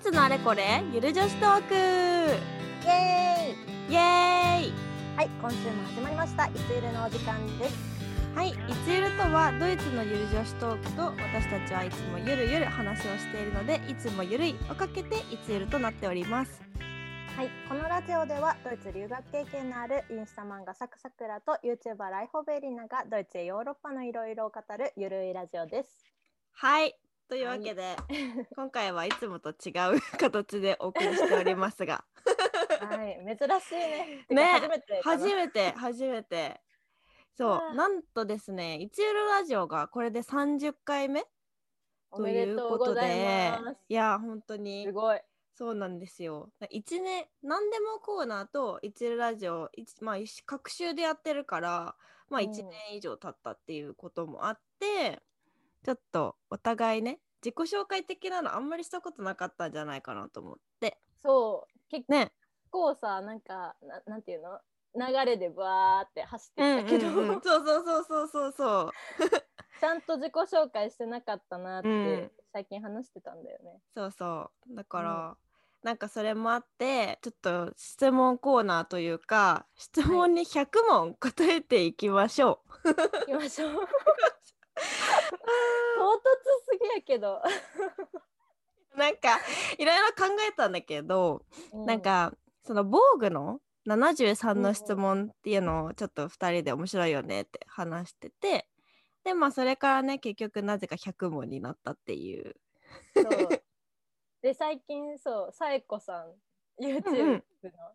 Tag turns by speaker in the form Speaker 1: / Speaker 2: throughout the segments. Speaker 1: つのあれこれゆる女子トーク
Speaker 2: イエ
Speaker 1: イエーイ
Speaker 2: ーイはい今週も始まりましたいつゆるのお時間です
Speaker 1: はい、いつゆるとはドイツのゆる女子トークと私たちはいつもゆるゆる話をしているのでいつもゆるいをかけていつゆるとなっております
Speaker 2: はいこのラジオではドイツ留学経験のあるインスタ漫画サクサクラと YouTuber ライホベリナがドイツやヨーロッパのいろいろを語るゆるいラジオです
Speaker 1: はいというわけで、今回はいつもと違う形でお送りしております が
Speaker 2: はい珍しいね てか
Speaker 1: ね
Speaker 2: 初めてかな
Speaker 1: 初めて初めてそ
Speaker 2: あ
Speaker 1: う
Speaker 2: ー
Speaker 1: なんとですねいつゆるラジオがこれで30回目
Speaker 2: おめでとうございます
Speaker 1: いや本当に
Speaker 2: すごい
Speaker 1: そうなんですよ。一年何でもコーナーと一流ラジオ一まあ一各週でやってるからまあ
Speaker 2: うん
Speaker 1: 1年以上経ったっていうこともあって、ちょっとお互いね自己紹介的なのあんまりしたことなかったんじゃないかなと思って
Speaker 2: そう結
Speaker 1: ね
Speaker 2: 構さなんかななんていうの流れでバーって走って
Speaker 1: うんうん
Speaker 2: きたけど、
Speaker 1: うん そうそうそうそうそうそう
Speaker 2: ちゃんと自己紹介してなかったなっ
Speaker 1: うん
Speaker 2: て最近話してたんだよね。
Speaker 1: そうそうだから、なんかそれもあってちょっと質問コーナーというか質問に100問答えていきましょう。
Speaker 2: 行きま しょう。唐突すぎやけど。
Speaker 1: なんかいろいろ考えたんだけど、なんかその防具の73の質問っていうのをちょっと2人で面白いよねって話しててでまあそれからね結局なぜか100問になったっていう、
Speaker 2: うん、そうで最近そうサエコさん YouTube
Speaker 1: うんうん
Speaker 2: の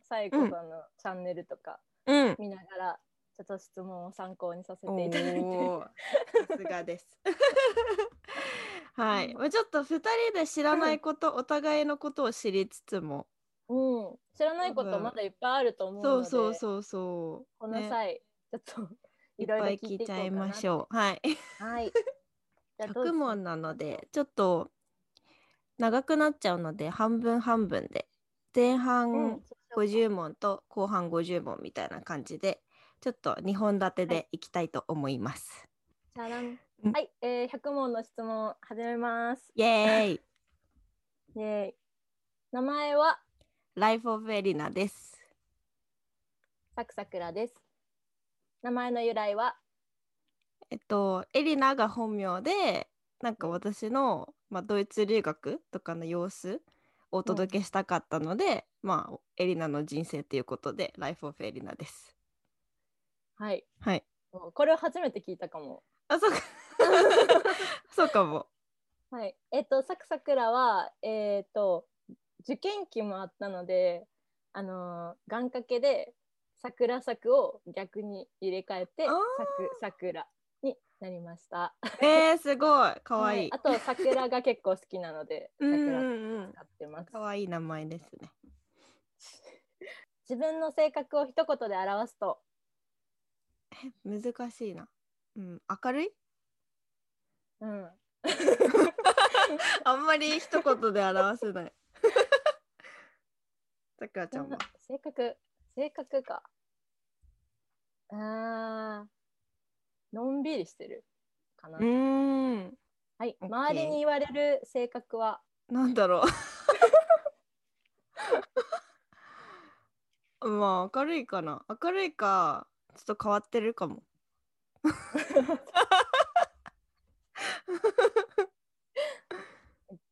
Speaker 2: サエコさんのチャンネルとか
Speaker 1: うん、
Speaker 2: 見ながらちょっと質問を参考にさせていただいて。
Speaker 1: おーさすがです はい、まあちょっと2人で知らないこと、お互いのことを知りつつも
Speaker 2: うん、知らないことまだいっぱいあると思う
Speaker 1: そ
Speaker 2: の
Speaker 1: う
Speaker 2: で
Speaker 1: そうそうそう
Speaker 2: この
Speaker 1: ね
Speaker 2: 際、ちょっと
Speaker 1: い
Speaker 2: い
Speaker 1: っ
Speaker 2: ろいろ
Speaker 1: ぱ
Speaker 2: 聞
Speaker 1: い
Speaker 2: いて
Speaker 1: 聞い
Speaker 2: いこ
Speaker 1: うち
Speaker 2: か
Speaker 1: ゃ
Speaker 2: ない
Speaker 1: ましょうはい
Speaker 2: はい。じゃあどうし
Speaker 1: 100問なのでちょっと長くなっちゃうので半分半分で前
Speaker 2: うん
Speaker 1: 半50問と後半50問みたいな感じでちょっと2本立てでいきたいと思います。
Speaker 2: じゃらん
Speaker 1: うん
Speaker 2: はい、えー、100問の質問始めます。
Speaker 1: イエー イ
Speaker 2: イェーイ名前は
Speaker 1: ライフ・オブ・エリナです。
Speaker 2: サクサクラです。名前の由来は
Speaker 1: えっとエリナが本名でなんか私の、まあ、ドイツ留学とかの様子をお届けしたかったので、まあエリナの人生ということでライフ・オブ・エリナです。
Speaker 2: はい。
Speaker 1: はい。
Speaker 2: おこれは初めて聞いたかも。
Speaker 1: あ そうかそうかも。
Speaker 2: はい。えっ、と、サクサクラは、えっ、と、受験期もあったので、あのー願掛けで桜作を逆に入れ替えて、
Speaker 1: あー
Speaker 2: サクサクラになりました。
Speaker 1: えー、すごい、可
Speaker 2: は
Speaker 1: 愛いい。
Speaker 2: あと、桜が結構好きなので、
Speaker 1: うんう
Speaker 2: 桜
Speaker 1: んうん
Speaker 2: 使ってます。
Speaker 1: 可愛い名前ですね。
Speaker 2: 自分の性格を一言で表すと
Speaker 1: 難しいな。うん、明るい。
Speaker 2: うん、
Speaker 1: あんまり一言で表せない。 さくらちゃんは。
Speaker 2: 性格性格かあーのんびりしてるかな、
Speaker 1: ん、
Speaker 2: はい
Speaker 1: オッケー
Speaker 2: 周りに言われる性格は
Speaker 1: なんだろう。 まあ、明るいかな。明るいか、ちょっと変わってるかも。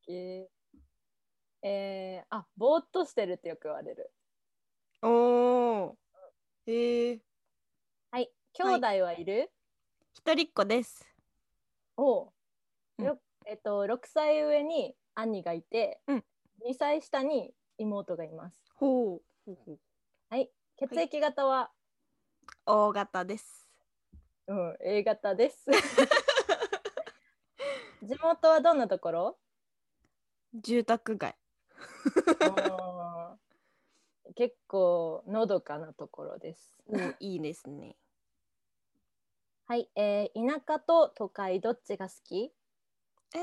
Speaker 2: えー、えーあぼーっとしてるってよく言われる
Speaker 1: おお。ええー、
Speaker 2: はい兄
Speaker 1: はい
Speaker 2: 弟はいる、
Speaker 1: 一人っ子です。
Speaker 2: おう
Speaker 1: うん
Speaker 2: ろえっと6歳上に兄がいて、
Speaker 1: うん
Speaker 2: 2歳下に妹がいます
Speaker 1: ほう。ほうほう
Speaker 2: 血液型は、
Speaker 1: 大型です。
Speaker 2: うん、A 型です 地元はどんなところ
Speaker 1: 住宅街。
Speaker 2: あー結構のどかなところです。
Speaker 1: お ーいいですね。
Speaker 2: はい、えー、田舎と都会どっちが好 き？
Speaker 1: えー、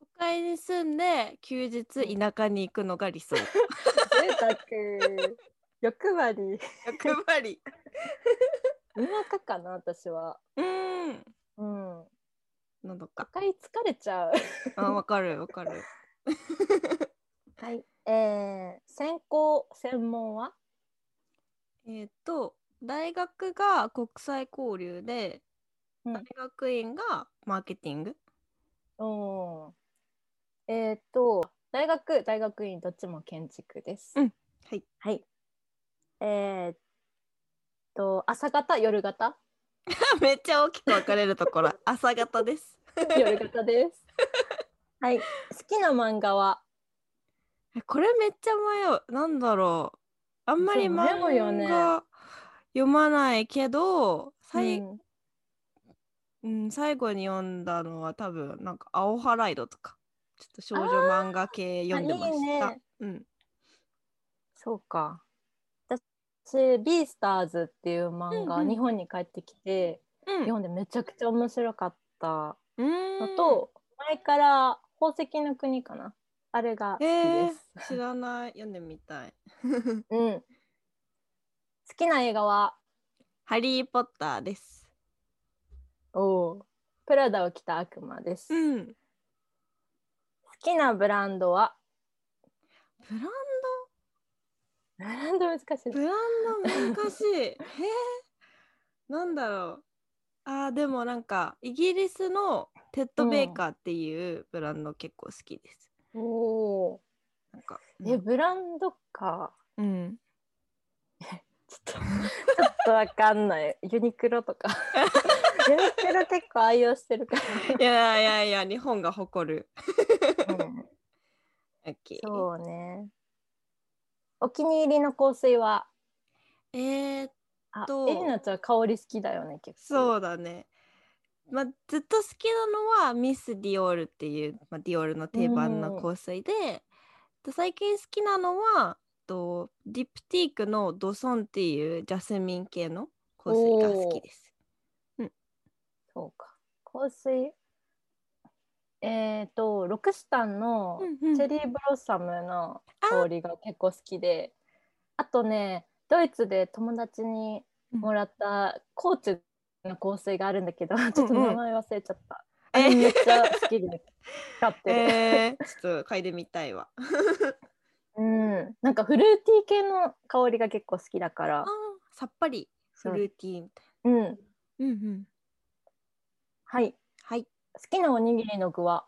Speaker 1: 都会に住んで休日田舎に行くのが理想。
Speaker 2: 贅沢。欲張り。
Speaker 1: 欲張り。
Speaker 2: 田舎かな私は。
Speaker 1: うーん。
Speaker 2: うん。
Speaker 1: のど
Speaker 2: 都
Speaker 1: か。
Speaker 2: 会疲れちゃう。
Speaker 1: あ、わかるわかる。
Speaker 2: はい。えー、専攻専門は
Speaker 1: えっと大学が国際交流で、
Speaker 2: うん
Speaker 1: 大学院がマーケティング
Speaker 2: おーえーっと大学大学院どっちも建築です。
Speaker 1: うんはい
Speaker 2: はい。えーっと朝方夜 型
Speaker 1: めっちゃ大きく分かれるところ朝方です
Speaker 2: 夜 型です。はい。好きな漫画は
Speaker 1: えこれめっちゃ迷うなんだろうあんまり
Speaker 2: そう
Speaker 1: 漫
Speaker 2: 迷うよね
Speaker 1: 画読まないけど最,、
Speaker 2: う
Speaker 1: うん
Speaker 2: ん
Speaker 1: 最後に読んだのは多分なんか「アオハライド」とかちょっと少女漫画系読んでまし
Speaker 2: あいい
Speaker 1: た
Speaker 2: ね
Speaker 1: うん、
Speaker 2: そうか。私ビースターズっていう漫画、
Speaker 1: うんうん
Speaker 2: 日本に帰ってきて
Speaker 1: うん
Speaker 2: 読んでめちゃくちゃ面白かった
Speaker 1: うー
Speaker 2: の
Speaker 1: ん
Speaker 2: と、前から宝石の国かなあれが好き
Speaker 1: え
Speaker 2: で
Speaker 1: ー
Speaker 2: す。
Speaker 1: 知らない読んでみたい
Speaker 2: うん。好きな映画は、
Speaker 1: 「ハリー・ポッター」です
Speaker 2: おプラダを着た悪魔です。好
Speaker 1: うん
Speaker 2: きなブランドは、
Speaker 1: ブラン
Speaker 2: ブランド難しい。
Speaker 1: ブランド難しいへえなんだろうあーでもなんかイギリスのテッド・ベーカーっていうブランド結構好きです、
Speaker 2: おー
Speaker 1: なんか
Speaker 2: え、ブランドか。
Speaker 1: うん
Speaker 2: ちょっと、ちょっとわかんない。ユニクロ とか。ユニクロ結構愛用してるか
Speaker 1: いやいやいや日本が誇る
Speaker 2: ら。うん
Speaker 1: オッケー
Speaker 2: そうね。お気に入りの香水は、
Speaker 1: えー、
Speaker 2: あ、
Speaker 1: どう
Speaker 2: エリナちゃん香り好きだよね、結構。
Speaker 1: そうだねまあずっと好きなのはミス・ディオールっていう、まあ、ディオールの定番の香水で、と最近好きなのはとディプティークのドソンっていうジャスミン系の香水が好きです。
Speaker 2: そうか。香水。えっ、と、ロクシタンの
Speaker 1: うんうん
Speaker 2: チェリーブロッサムの香りが結構好きで、あとね、ドイツで友達にもらったコーチの香水があるんだけど、ちょっと名前忘れちゃった。
Speaker 1: え
Speaker 2: めっちゃ好きで使ってる。
Speaker 1: えーちょっと嗅いでみたいわ。
Speaker 2: うん、なんかフルーティー系の香りが結構好きだか
Speaker 1: あ
Speaker 2: ら
Speaker 1: ー、さっぱりフルーティーみたい
Speaker 2: うん、
Speaker 1: な。うんうん、
Speaker 2: はい。
Speaker 1: はい。
Speaker 2: 好きなおにぎりの具は、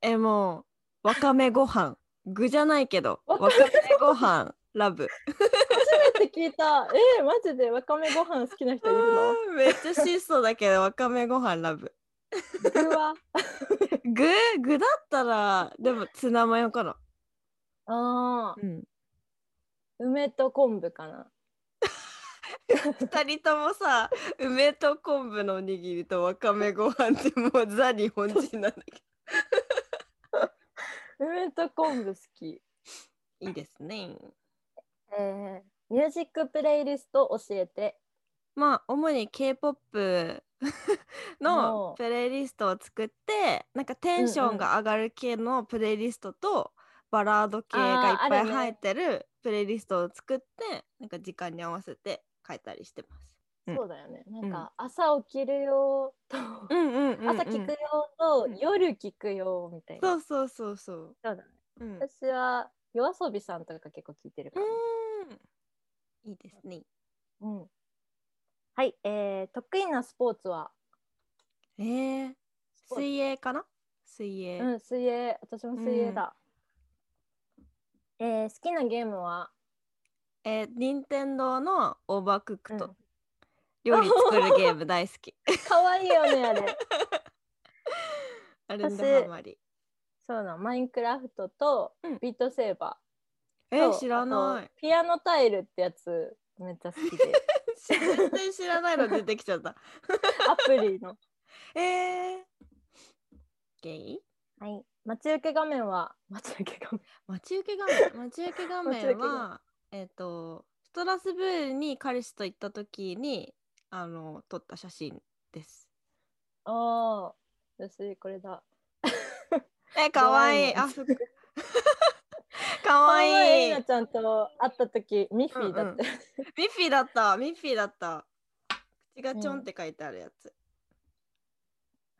Speaker 1: えもうわかめご飯具じゃないけどわ
Speaker 2: わ
Speaker 1: かめ
Speaker 2: かめ
Speaker 1: ご飯ラブ。
Speaker 2: 初めて聞いた。 えー、マジでわかめご飯好きな人いるの？
Speaker 1: うんめっちゃ質素だけどわかめご飯ラブ。
Speaker 2: 具は
Speaker 1: 具 具だったらでもツナマヨかな。
Speaker 2: ああ、
Speaker 1: うん。
Speaker 2: 梅と昆布かな。
Speaker 1: 二人ともさ梅と昆布のおにぎりとわかめご飯ってもうザ日本人なんだけ
Speaker 2: 梅と昆布好き。
Speaker 1: ど。いいですね。
Speaker 2: えー、ミュージックプレイリスト教えて。
Speaker 1: まあ主に K-POP の
Speaker 2: おう
Speaker 1: プレイリストを作ってなんかテンションが上がる系のプレイリストと、バラード系がいっぱ
Speaker 2: あーあ
Speaker 1: い
Speaker 2: るね
Speaker 1: 入ってるプレイリストを作ってなんか時間に合わせて変えたりしてます。うん
Speaker 2: そうだよね。なんか朝起きるよと、
Speaker 1: うんうんうん、
Speaker 2: 朝聞くよと、
Speaker 1: うん
Speaker 2: 夜聞くよみたいな。
Speaker 1: そうそうそうそう。
Speaker 2: そうだね
Speaker 1: うん
Speaker 2: 私は夜遊びさんとか結構聞いてるから。
Speaker 1: いいですね。
Speaker 2: うん。はい、えー、得意なスポーツは、
Speaker 1: えー、
Speaker 2: ポーツ
Speaker 1: 水泳かな水泳、
Speaker 2: うん、水泳、私も水泳だ。えー、好きなゲームは、
Speaker 1: えー、任天堂のオーバークックと、
Speaker 2: うん
Speaker 1: 料理作るゲーム大好 き。
Speaker 2: 可愛いよね、あれ。
Speaker 1: あれでハマり。
Speaker 2: そうなのマインクラフトと
Speaker 1: うん
Speaker 2: ビートセーバー
Speaker 1: え
Speaker 2: と、
Speaker 1: ー、知らな
Speaker 2: あとピアノタイルってやつめっちゃ好 きで
Speaker 1: い。全然知らないの出てきちゃった。
Speaker 2: アプリの、
Speaker 1: えー、ゲイ
Speaker 2: はい、待ち受け画面は待ち受け画面
Speaker 1: 待ち受け画面待ち受け画
Speaker 2: 待ち受
Speaker 1: 面
Speaker 2: け画
Speaker 1: はえっ、とストラスブールに彼氏と行った時にあの撮った写真です。
Speaker 2: ああ私これだ
Speaker 1: え可愛いい
Speaker 2: 可
Speaker 1: あ
Speaker 2: 愛
Speaker 1: ふ可
Speaker 2: 可愛
Speaker 1: 愛い
Speaker 2: い
Speaker 1: い
Speaker 2: なちゃんと会った時ミッフィーだって、
Speaker 1: ミッフィーだったミッフィーだった口がちょんって書いてあるやつ、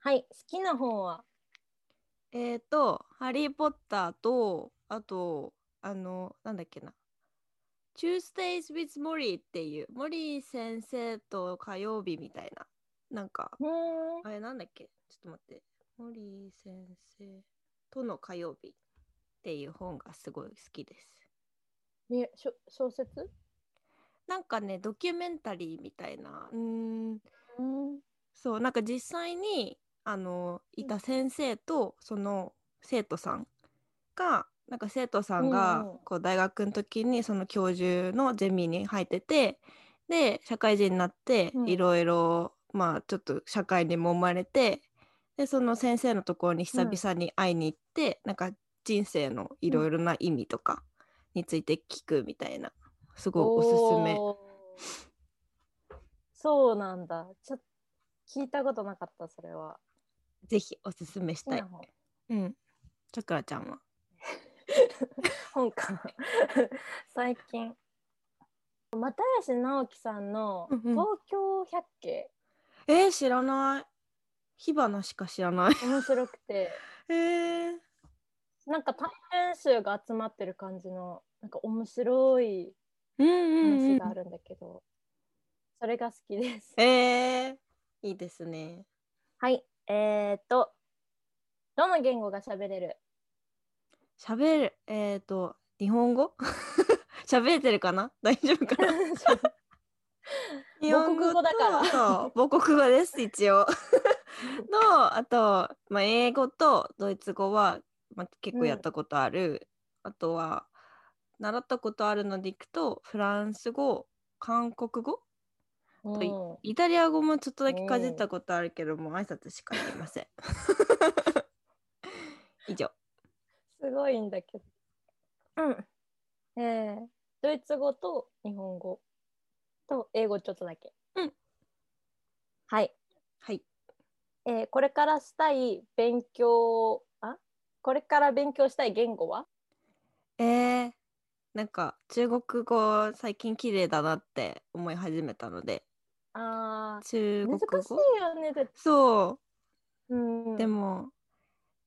Speaker 2: はい好きな本は
Speaker 1: えっ、と「ハリー・ポッターと」あとあのなんだっけな「Tuesdays with Mori」っていうモリー先生と火曜日みたいななんか
Speaker 2: うん
Speaker 1: あれなんだっけちょっと待って。森先生との火曜日っていう本がすごい好きです。
Speaker 2: えしょ小説
Speaker 1: なんかね、ドキュメンタリーみたいな。うーん。
Speaker 2: うん
Speaker 1: そう、なんか実際に、あの、いた先生とその生徒さんが、なんか生徒さん
Speaker 2: う
Speaker 1: が
Speaker 2: んうん
Speaker 1: こう大学の時にその教授のゼミに入っててで社会人になって
Speaker 2: うん
Speaker 1: いろいろまあちょっと社会に揉まれてでその先生のところに久々に会いに行って、なんか人生のいろいろな意味とかについて聞くみたいなすごいおすすめ。
Speaker 2: おーそうなんだちょ聞いたことなかったそれは
Speaker 1: ぜひおすすめし
Speaker 2: 好き
Speaker 1: たい
Speaker 2: な。本
Speaker 1: うん。さくらちゃんは。
Speaker 2: 本か最近又吉直樹さんの
Speaker 1: うんうん
Speaker 2: 「東京百景
Speaker 1: えー、知らない。火花しか知らない」。
Speaker 2: 面白くて
Speaker 1: えー、
Speaker 2: なんか短編集が集まってる感じのなんか面白い
Speaker 1: うんうんう
Speaker 2: 話
Speaker 1: ん
Speaker 2: があるんだけど、それが好きです。
Speaker 1: えー、いいですね。
Speaker 2: はいえー、っとどの言語が喋 れる
Speaker 1: 喋る、えっ、ー、と、日本語 喋れてるかな 大丈夫かな日本語と
Speaker 2: 母国語だから
Speaker 1: そう母国語です、一応。 の、あと、まあ、英語とドイツ語は、まあ、結構やったことある。あとは、習ったことあるのでいくと、フランス語、韓国語
Speaker 2: うん
Speaker 1: いイタリア語もちょっとだけかじったことあるけど、もう挨拶しか言いませ ん。以上。
Speaker 2: すごいんだけど。うん。えー、ドイツ語と日本語と英語ちょっとだけ。
Speaker 1: うん。
Speaker 2: はい。
Speaker 1: はい。
Speaker 2: えー、これからしたい勉強、あこれから勉強したい言語は
Speaker 1: えー、なんか中国語最近綺麗だなって思い始めたので、
Speaker 2: あー
Speaker 1: 中
Speaker 2: 難
Speaker 1: 国
Speaker 2: し
Speaker 1: 語
Speaker 2: いよね。絶
Speaker 1: そうう、
Speaker 2: ん、
Speaker 1: でも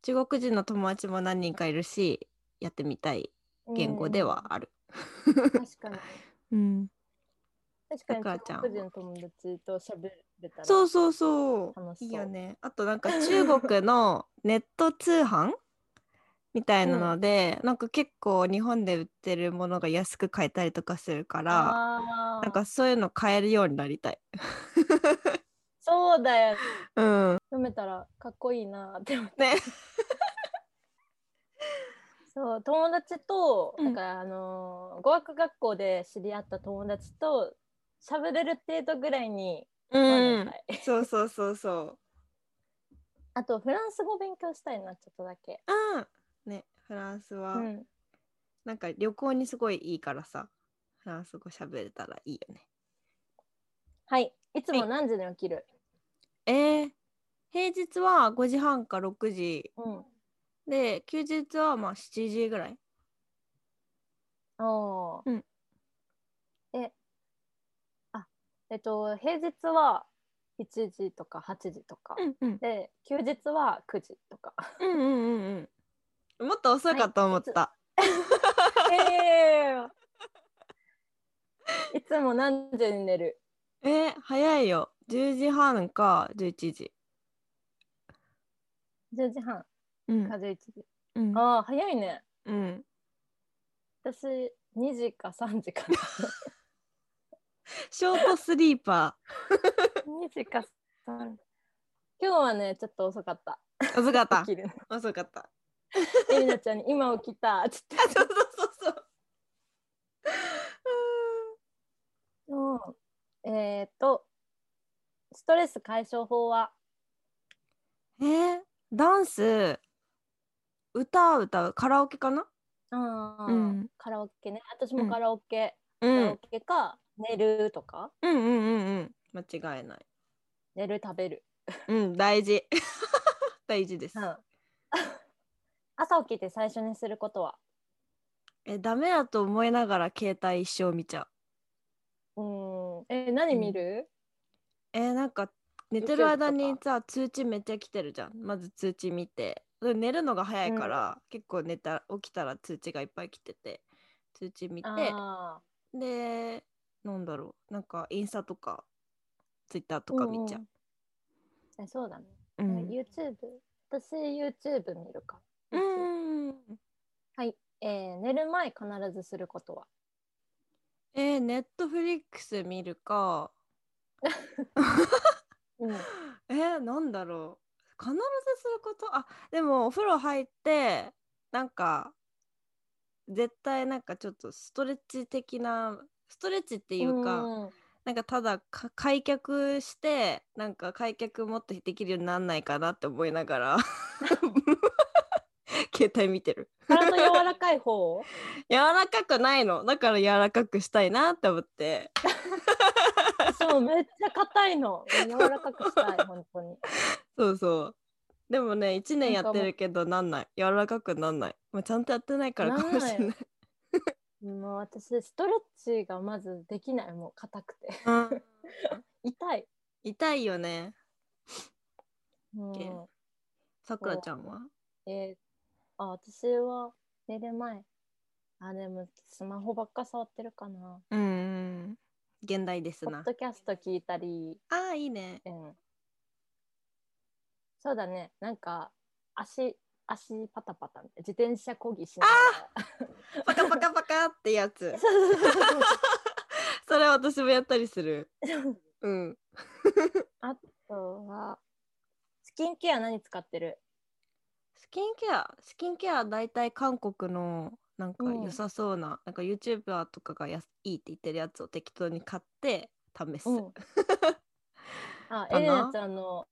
Speaker 1: 中国人の友達も何人かいるし、やってみたい言語ではある。
Speaker 2: うん、確 かに。
Speaker 1: うん。
Speaker 2: 確か
Speaker 1: さ
Speaker 2: に
Speaker 1: くらちゃんは
Speaker 2: 中国人の友達と喋れたら。
Speaker 1: そうそうそう。
Speaker 2: 楽しそう
Speaker 1: いいよね。あとなんか中国のネット通販みたいなので、なんか結構日本で売ってるものが安く買えたりとかするから、
Speaker 2: あー
Speaker 1: なんかそういうの買えるようになりたい。
Speaker 2: そうだよね。
Speaker 1: うん。
Speaker 2: 読めたらかっこいいなって思って
Speaker 1: ね。
Speaker 2: そう友達と、
Speaker 1: うん
Speaker 2: なんかあのー語学学校で知り合った友達と喋れる程度ぐらいに、
Speaker 1: う
Speaker 2: まだ
Speaker 1: ん
Speaker 2: た。い
Speaker 1: そうそうそうそう。
Speaker 2: あとフランス語勉強したいなちょっとだけ、
Speaker 1: うん。ね、フランスは、
Speaker 2: うん、
Speaker 1: なんか旅行にすごいいいからさ、フランス語喋れたらいいよね。
Speaker 2: はいいつ
Speaker 1: は
Speaker 2: も
Speaker 1: い
Speaker 2: 何時に起きる、
Speaker 1: えー、平日は5時半か6時で、休日はまあ7時ぐらい。
Speaker 2: うんおー
Speaker 1: うん
Speaker 2: えあえっと平日は1時とか8時とか、
Speaker 1: んうん。
Speaker 2: で休日は9時とか
Speaker 1: うんうんうんうん。もっと遅いかと思った。
Speaker 2: え ーいつも何時に寝る
Speaker 1: えー早いよ。10時半か11時。
Speaker 2: 10時半
Speaker 1: うん
Speaker 2: か。11時、
Speaker 1: うん。
Speaker 2: ああ早いね
Speaker 1: うん、
Speaker 2: 私2時か3時か な
Speaker 1: ショートスリーパ
Speaker 2: 2時か3今日はねちょっと遅かった
Speaker 1: ー。遅かった
Speaker 2: 起。きるの
Speaker 1: 遅かった。
Speaker 2: えりなちゃんに「今起きた」っつって
Speaker 1: そうそうそう そう。
Speaker 2: うんえっ、とストレス解消法は
Speaker 1: えーダンス、歌歌う、カラオケかな
Speaker 2: あ、
Speaker 1: うん
Speaker 2: カラオケね私もカラオケ、
Speaker 1: う
Speaker 2: カラオ。ケか寝るとか
Speaker 1: うんうんうんうん。間違いない。
Speaker 2: 寝る食べる、
Speaker 1: うん、大事。 大事です。
Speaker 2: うん、 朝起きて最初にすることは
Speaker 1: え、ダメだと思いながら携帯一生見ちゃう。
Speaker 2: うんえ何見る、
Speaker 1: えーなんか寝てる間にさ通知めっちゃ来てるじゃんまず通知見てうん寝るのが早いから、結構寝た起きたら通知がいっぱい来てて通知見て
Speaker 2: あ
Speaker 1: でなんだろうなんかインスタとかツイッター
Speaker 2: ー
Speaker 1: とか見ちゃう。
Speaker 2: うんうんそうだね、
Speaker 1: う
Speaker 2: え
Speaker 1: ん
Speaker 2: YouTube 私 YouTube 見るか
Speaker 1: うん
Speaker 2: はい、えー、寝る前必ずすることは
Speaker 1: えー、ネットフリックス見るか
Speaker 2: うん
Speaker 1: えー、なんだろう必ずすることあでもお風呂入ってなんか絶対なんかちょっとストレッチ的なストレッチっていうか、
Speaker 2: うん
Speaker 1: なんかただか開脚してなんか開脚もっとできるようになんないかなって思いなが ら携帯見てる
Speaker 2: 体の柔らかい方 を
Speaker 1: 柔らかくないのだから柔らかくしたいなって思って
Speaker 2: 私もめっちゃ硬いの柔らかくしたい本当に
Speaker 1: そうそうでもね1年
Speaker 2: なん
Speaker 1: や
Speaker 2: か
Speaker 1: ってるけどなんない柔らかくなんない、まあ、ちゃんとやってないからかもしれない
Speaker 2: なもう私ストレッチがまずできないもう硬くて
Speaker 1: うん
Speaker 2: 痛い、
Speaker 1: 痛いよね
Speaker 2: うん
Speaker 1: けさくらちゃんは
Speaker 2: えーあ私は寝る前あでもスマホばっか触ってるかな
Speaker 1: うんうん現代です
Speaker 2: ポッ
Speaker 1: な
Speaker 2: ドキャスト聞いたり、
Speaker 1: あーいいね
Speaker 2: うん、そうだねなんか足足パタパタ自転車こぎしなが
Speaker 1: パカパカパカってやつ
Speaker 2: らそうそうそうそう
Speaker 1: それ私もやったりする
Speaker 2: うん
Speaker 1: うん
Speaker 2: あとはスキンケア何使ってる
Speaker 1: スキンケアスキンケア大体韓国のなんか
Speaker 2: うん
Speaker 1: 良さそうな,、なんか YouTuber とかがやすいいって言ってるやつを適当に買って試す、
Speaker 2: うん、
Speaker 1: か
Speaker 2: あ
Speaker 1: な
Speaker 2: エレナちゃんの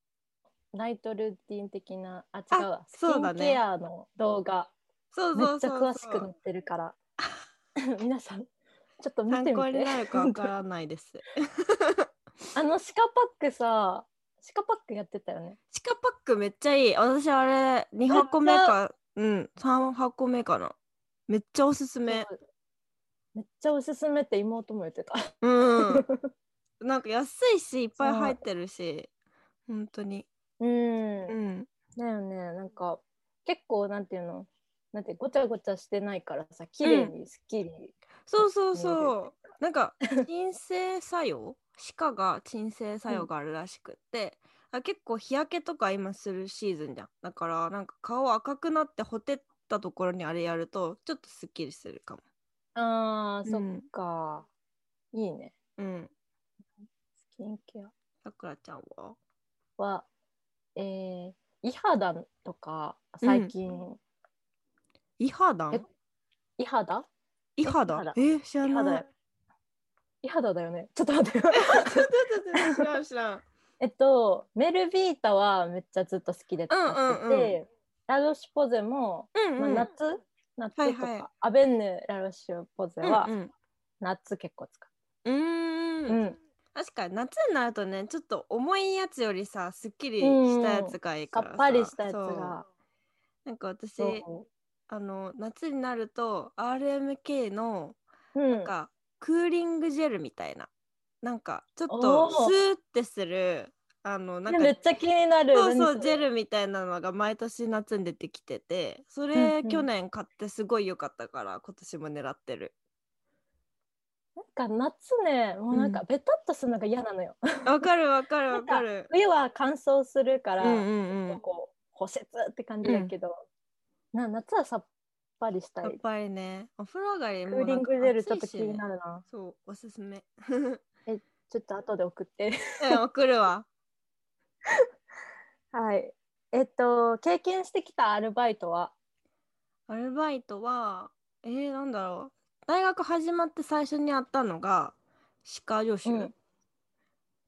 Speaker 2: ナイトルーティン的なあ違うわスキ
Speaker 1: そうだ
Speaker 2: ン
Speaker 1: ね
Speaker 2: ケアの動画、
Speaker 1: そう
Speaker 2: めっ
Speaker 1: そうそう
Speaker 2: ちゃ
Speaker 1: そう
Speaker 2: 詳しく載ってるから 皆さんちょっと見
Speaker 1: 参
Speaker 2: てみて
Speaker 1: 考になるかわからないです
Speaker 2: あのシカパックさシカパックやってたよね
Speaker 1: シカパックめっちゃいい私あれ2箱目かうん3箱目かなめっちゃおすすめ
Speaker 2: そうめっちゃおすすめって妹も言ってた
Speaker 1: うん なんか安いしいっぱい入ってるし本当に
Speaker 2: うん
Speaker 1: うん
Speaker 2: だよねなんか結構なんていうのなんてごちゃごちゃしてないからさ綺麗にすっきり、
Speaker 1: そうそう
Speaker 2: 見
Speaker 1: そう。なんか 鎮静作用歯科が鎮静作用があるらしくって、あ結構日焼けとか今するシーズンじゃんだからなんか顔赤くなってほてったところにあれやるとちょっとすっきりするかも。
Speaker 2: あーそ
Speaker 1: うん
Speaker 2: っか、いいね
Speaker 1: うん。
Speaker 2: スキンケ
Speaker 1: さくらちゃんは
Speaker 2: アはえー、イハダとか最近、
Speaker 1: イハダ
Speaker 2: え
Speaker 1: ン
Speaker 2: イハダ
Speaker 1: イハダンえ知ら
Speaker 2: イハ
Speaker 1: ない
Speaker 2: ダ。イハダだよねちょっと待って
Speaker 1: 知らん知らん。
Speaker 2: えっとメルビータはめっちゃずっと好きで使ってて、
Speaker 1: うんうん
Speaker 2: ラロシュポゼも、
Speaker 1: うんうん。
Speaker 2: まあ、夏夏とか、
Speaker 1: はいはい
Speaker 2: アベンヌラロシュポゼは
Speaker 1: うん
Speaker 2: 夏結構使
Speaker 1: うん。
Speaker 2: う、
Speaker 1: う
Speaker 2: うん
Speaker 1: ん確かに夏になるとねちょっと重いやつよりさすっきりしたやつがいいか
Speaker 2: さ
Speaker 1: らさ
Speaker 2: っぱりしたやつ
Speaker 1: そう
Speaker 2: が
Speaker 1: なんか私
Speaker 2: そ
Speaker 1: あの夏になると RMK の
Speaker 2: う、うん、
Speaker 1: なんかクーリングジェルみたいななんかちょっ
Speaker 2: お
Speaker 1: と
Speaker 2: ー
Speaker 1: スーってするあのなん
Speaker 2: いやめっ
Speaker 1: か
Speaker 2: ちゃ気になる
Speaker 1: そうそ
Speaker 2: 何
Speaker 1: うジ
Speaker 2: れ
Speaker 1: ェルみたいなのが毎年夏に出てきててそれ、
Speaker 2: うんうん
Speaker 1: 去年買ってすごい良かったから今年も狙ってる
Speaker 2: なんか夏ねもうなんか
Speaker 1: うん
Speaker 2: ベタっとするのが嫌なのよ、
Speaker 1: わかるわかる
Speaker 2: な
Speaker 1: わ
Speaker 2: んか
Speaker 1: かる
Speaker 2: 冬は乾燥するか
Speaker 1: う
Speaker 2: ら、
Speaker 1: んうんうん
Speaker 2: こう補雪って感じだけど、な夏はさっぱりした
Speaker 1: やっ
Speaker 2: い
Speaker 1: ぱりねお風呂上がり
Speaker 2: ク
Speaker 1: も
Speaker 2: ーリ
Speaker 1: な
Speaker 2: ン
Speaker 1: ん
Speaker 2: グ
Speaker 1: か
Speaker 2: ジェルちょっと
Speaker 1: 暑い
Speaker 2: 気
Speaker 1: しね
Speaker 2: になるな
Speaker 1: そうおすすめ
Speaker 2: ちょっと後で送って
Speaker 1: うん送るわ
Speaker 2: はいえっと経験してきたアルバイトは
Speaker 1: アルバイトはえー、なんだろう大学始まって最初にやったのが歯科助
Speaker 2: う
Speaker 1: 手
Speaker 2: ん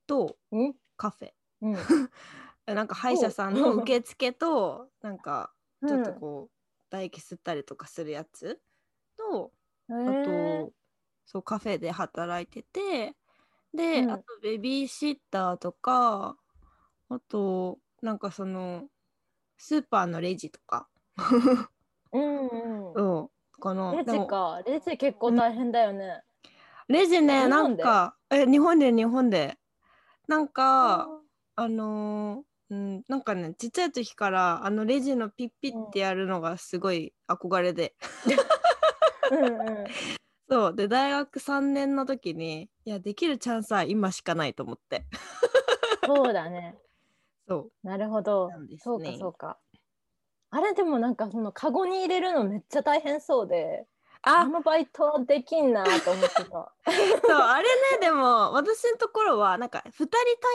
Speaker 1: と
Speaker 2: ん
Speaker 1: カフェ、
Speaker 2: うん、
Speaker 1: えなんか歯医者さんの
Speaker 2: お
Speaker 1: 受付となんかちょっと
Speaker 2: こ
Speaker 1: こう、唾液吸ったりとかするやつと
Speaker 2: うん
Speaker 1: あと、そうカフェで働いててで、
Speaker 2: うん
Speaker 1: あとベビーシッターとかあとなんかそのスーパーのレジとか、
Speaker 2: えーうんう、
Speaker 1: うん、かなん
Speaker 2: レ
Speaker 1: でも
Speaker 2: ジかレジ結構大変だよね、
Speaker 1: レジね
Speaker 2: 日
Speaker 1: な
Speaker 2: 本
Speaker 1: ん
Speaker 2: で
Speaker 1: かえ日本で日本でなん
Speaker 2: あ
Speaker 1: かあのーうん、なんかねちっちゃい時からあのレジのピッピってやるのがすごい憧れで、
Speaker 2: うんうん
Speaker 1: そうで大学3年の時にいやできるチャンスは今しかないと思って
Speaker 2: そうだね
Speaker 1: そ
Speaker 2: なるほど
Speaker 1: うなんですね
Speaker 2: そうかそうかあれでもなんかそのカゴに入れるのめっちゃ大変そうであ
Speaker 1: あ
Speaker 2: のバイトできんなと思って た
Speaker 1: そうあれねでも私のところはなんか2人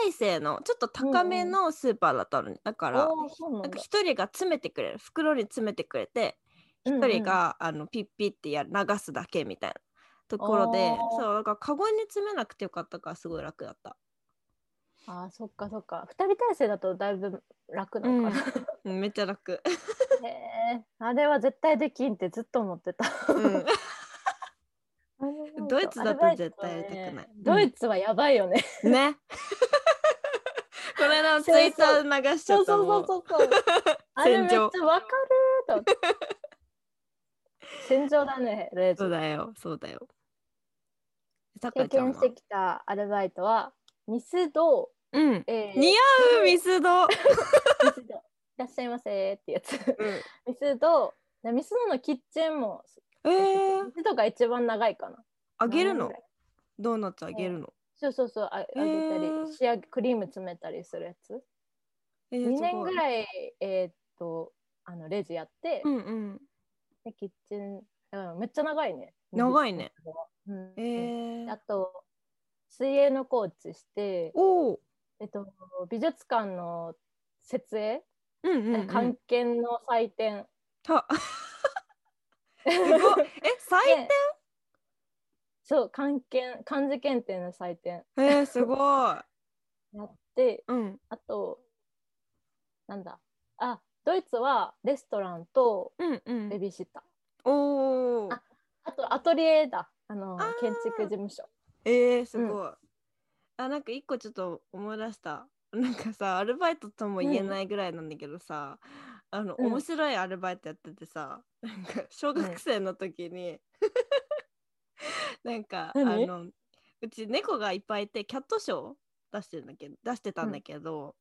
Speaker 1: 体制のちょっと高めのスーパーだったのねだから
Speaker 2: おーそうな
Speaker 1: なん
Speaker 2: ん
Speaker 1: か
Speaker 2: だ
Speaker 1: 1人が詰めてくれる袋に詰めてくれて
Speaker 2: うんう
Speaker 1: 1
Speaker 2: ん
Speaker 1: 人が、あのピッピってやる流すだけみたいなところで
Speaker 2: おー
Speaker 1: そうだからカゴに詰めなくてよかったからすごい楽だった、
Speaker 2: あーそっかそっか二人体制だとだいぶ楽なのかな、
Speaker 1: うん、めっちゃ 楽、
Speaker 2: へえあれは絶対できんってずっと思ってた
Speaker 1: うん、ドイツだと絶対やりたくない
Speaker 2: アルバイトねドイツはやばいよね、
Speaker 1: ね。この間ツイッター流しちゃ
Speaker 2: そ
Speaker 1: っ
Speaker 2: う
Speaker 1: た
Speaker 2: そう
Speaker 1: も
Speaker 2: そ
Speaker 1: ん
Speaker 2: う。そうそうあれめっちゃわかると思って戦場だねレイ
Speaker 1: そう
Speaker 2: ズ
Speaker 1: だよ、そうだよ。さく
Speaker 2: 経
Speaker 1: らちゃん
Speaker 2: 験
Speaker 1: は
Speaker 2: してきたアルバイトはミスド、
Speaker 1: うん。
Speaker 2: えー
Speaker 1: 似合うミスド。
Speaker 2: ミスドいらっしゃいませーってやつミスドでミスドのキッチンも
Speaker 1: ええー
Speaker 2: ミ、スドが一番長いかな
Speaker 1: あげるの
Speaker 2: 何年ぐらい
Speaker 1: ドーナツあげるの。
Speaker 2: そうそうそうああげたり、
Speaker 1: ー
Speaker 2: 仕上げクリーム詰めたりするやつ
Speaker 1: えー
Speaker 2: 2年ぐ
Speaker 1: い。
Speaker 2: らいえーっとあのレジやって、
Speaker 1: うんうん。
Speaker 2: でキッチンだからめっちゃ長いね
Speaker 1: 長いね、
Speaker 2: うん
Speaker 1: え
Speaker 2: うん
Speaker 1: ー
Speaker 2: あ、と水泳のコーチして
Speaker 1: おお。
Speaker 2: えっと、美術館の設営、
Speaker 1: うんうん、うん。
Speaker 2: 関係の祭典。
Speaker 1: た。
Speaker 2: す
Speaker 1: すごいえ、最。
Speaker 2: そう、関係、漢字検定の祭典
Speaker 1: えー、すごい。
Speaker 2: やって、
Speaker 1: うん。
Speaker 2: あと、なんだ、あ、ドイツはレストランと
Speaker 1: うんう
Speaker 2: ベ
Speaker 1: ん。
Speaker 2: ビーシッター。
Speaker 1: おお。
Speaker 2: あと、アトリエだ。あの
Speaker 1: あー、
Speaker 2: 建築事務所。
Speaker 1: えー、す
Speaker 2: うん
Speaker 1: ごい。あなんか一個ちょっと思い出した。なんかさアルバイトとも言え
Speaker 2: うん
Speaker 1: ないぐらいなんだけどさ、あの、
Speaker 2: うん
Speaker 1: 面白いアルバイトやっててさなんか小学生の時に、 なんかあ
Speaker 2: 何
Speaker 1: のうち猫がいっぱいいてキャットショー出してるんだけど出してたんだけど、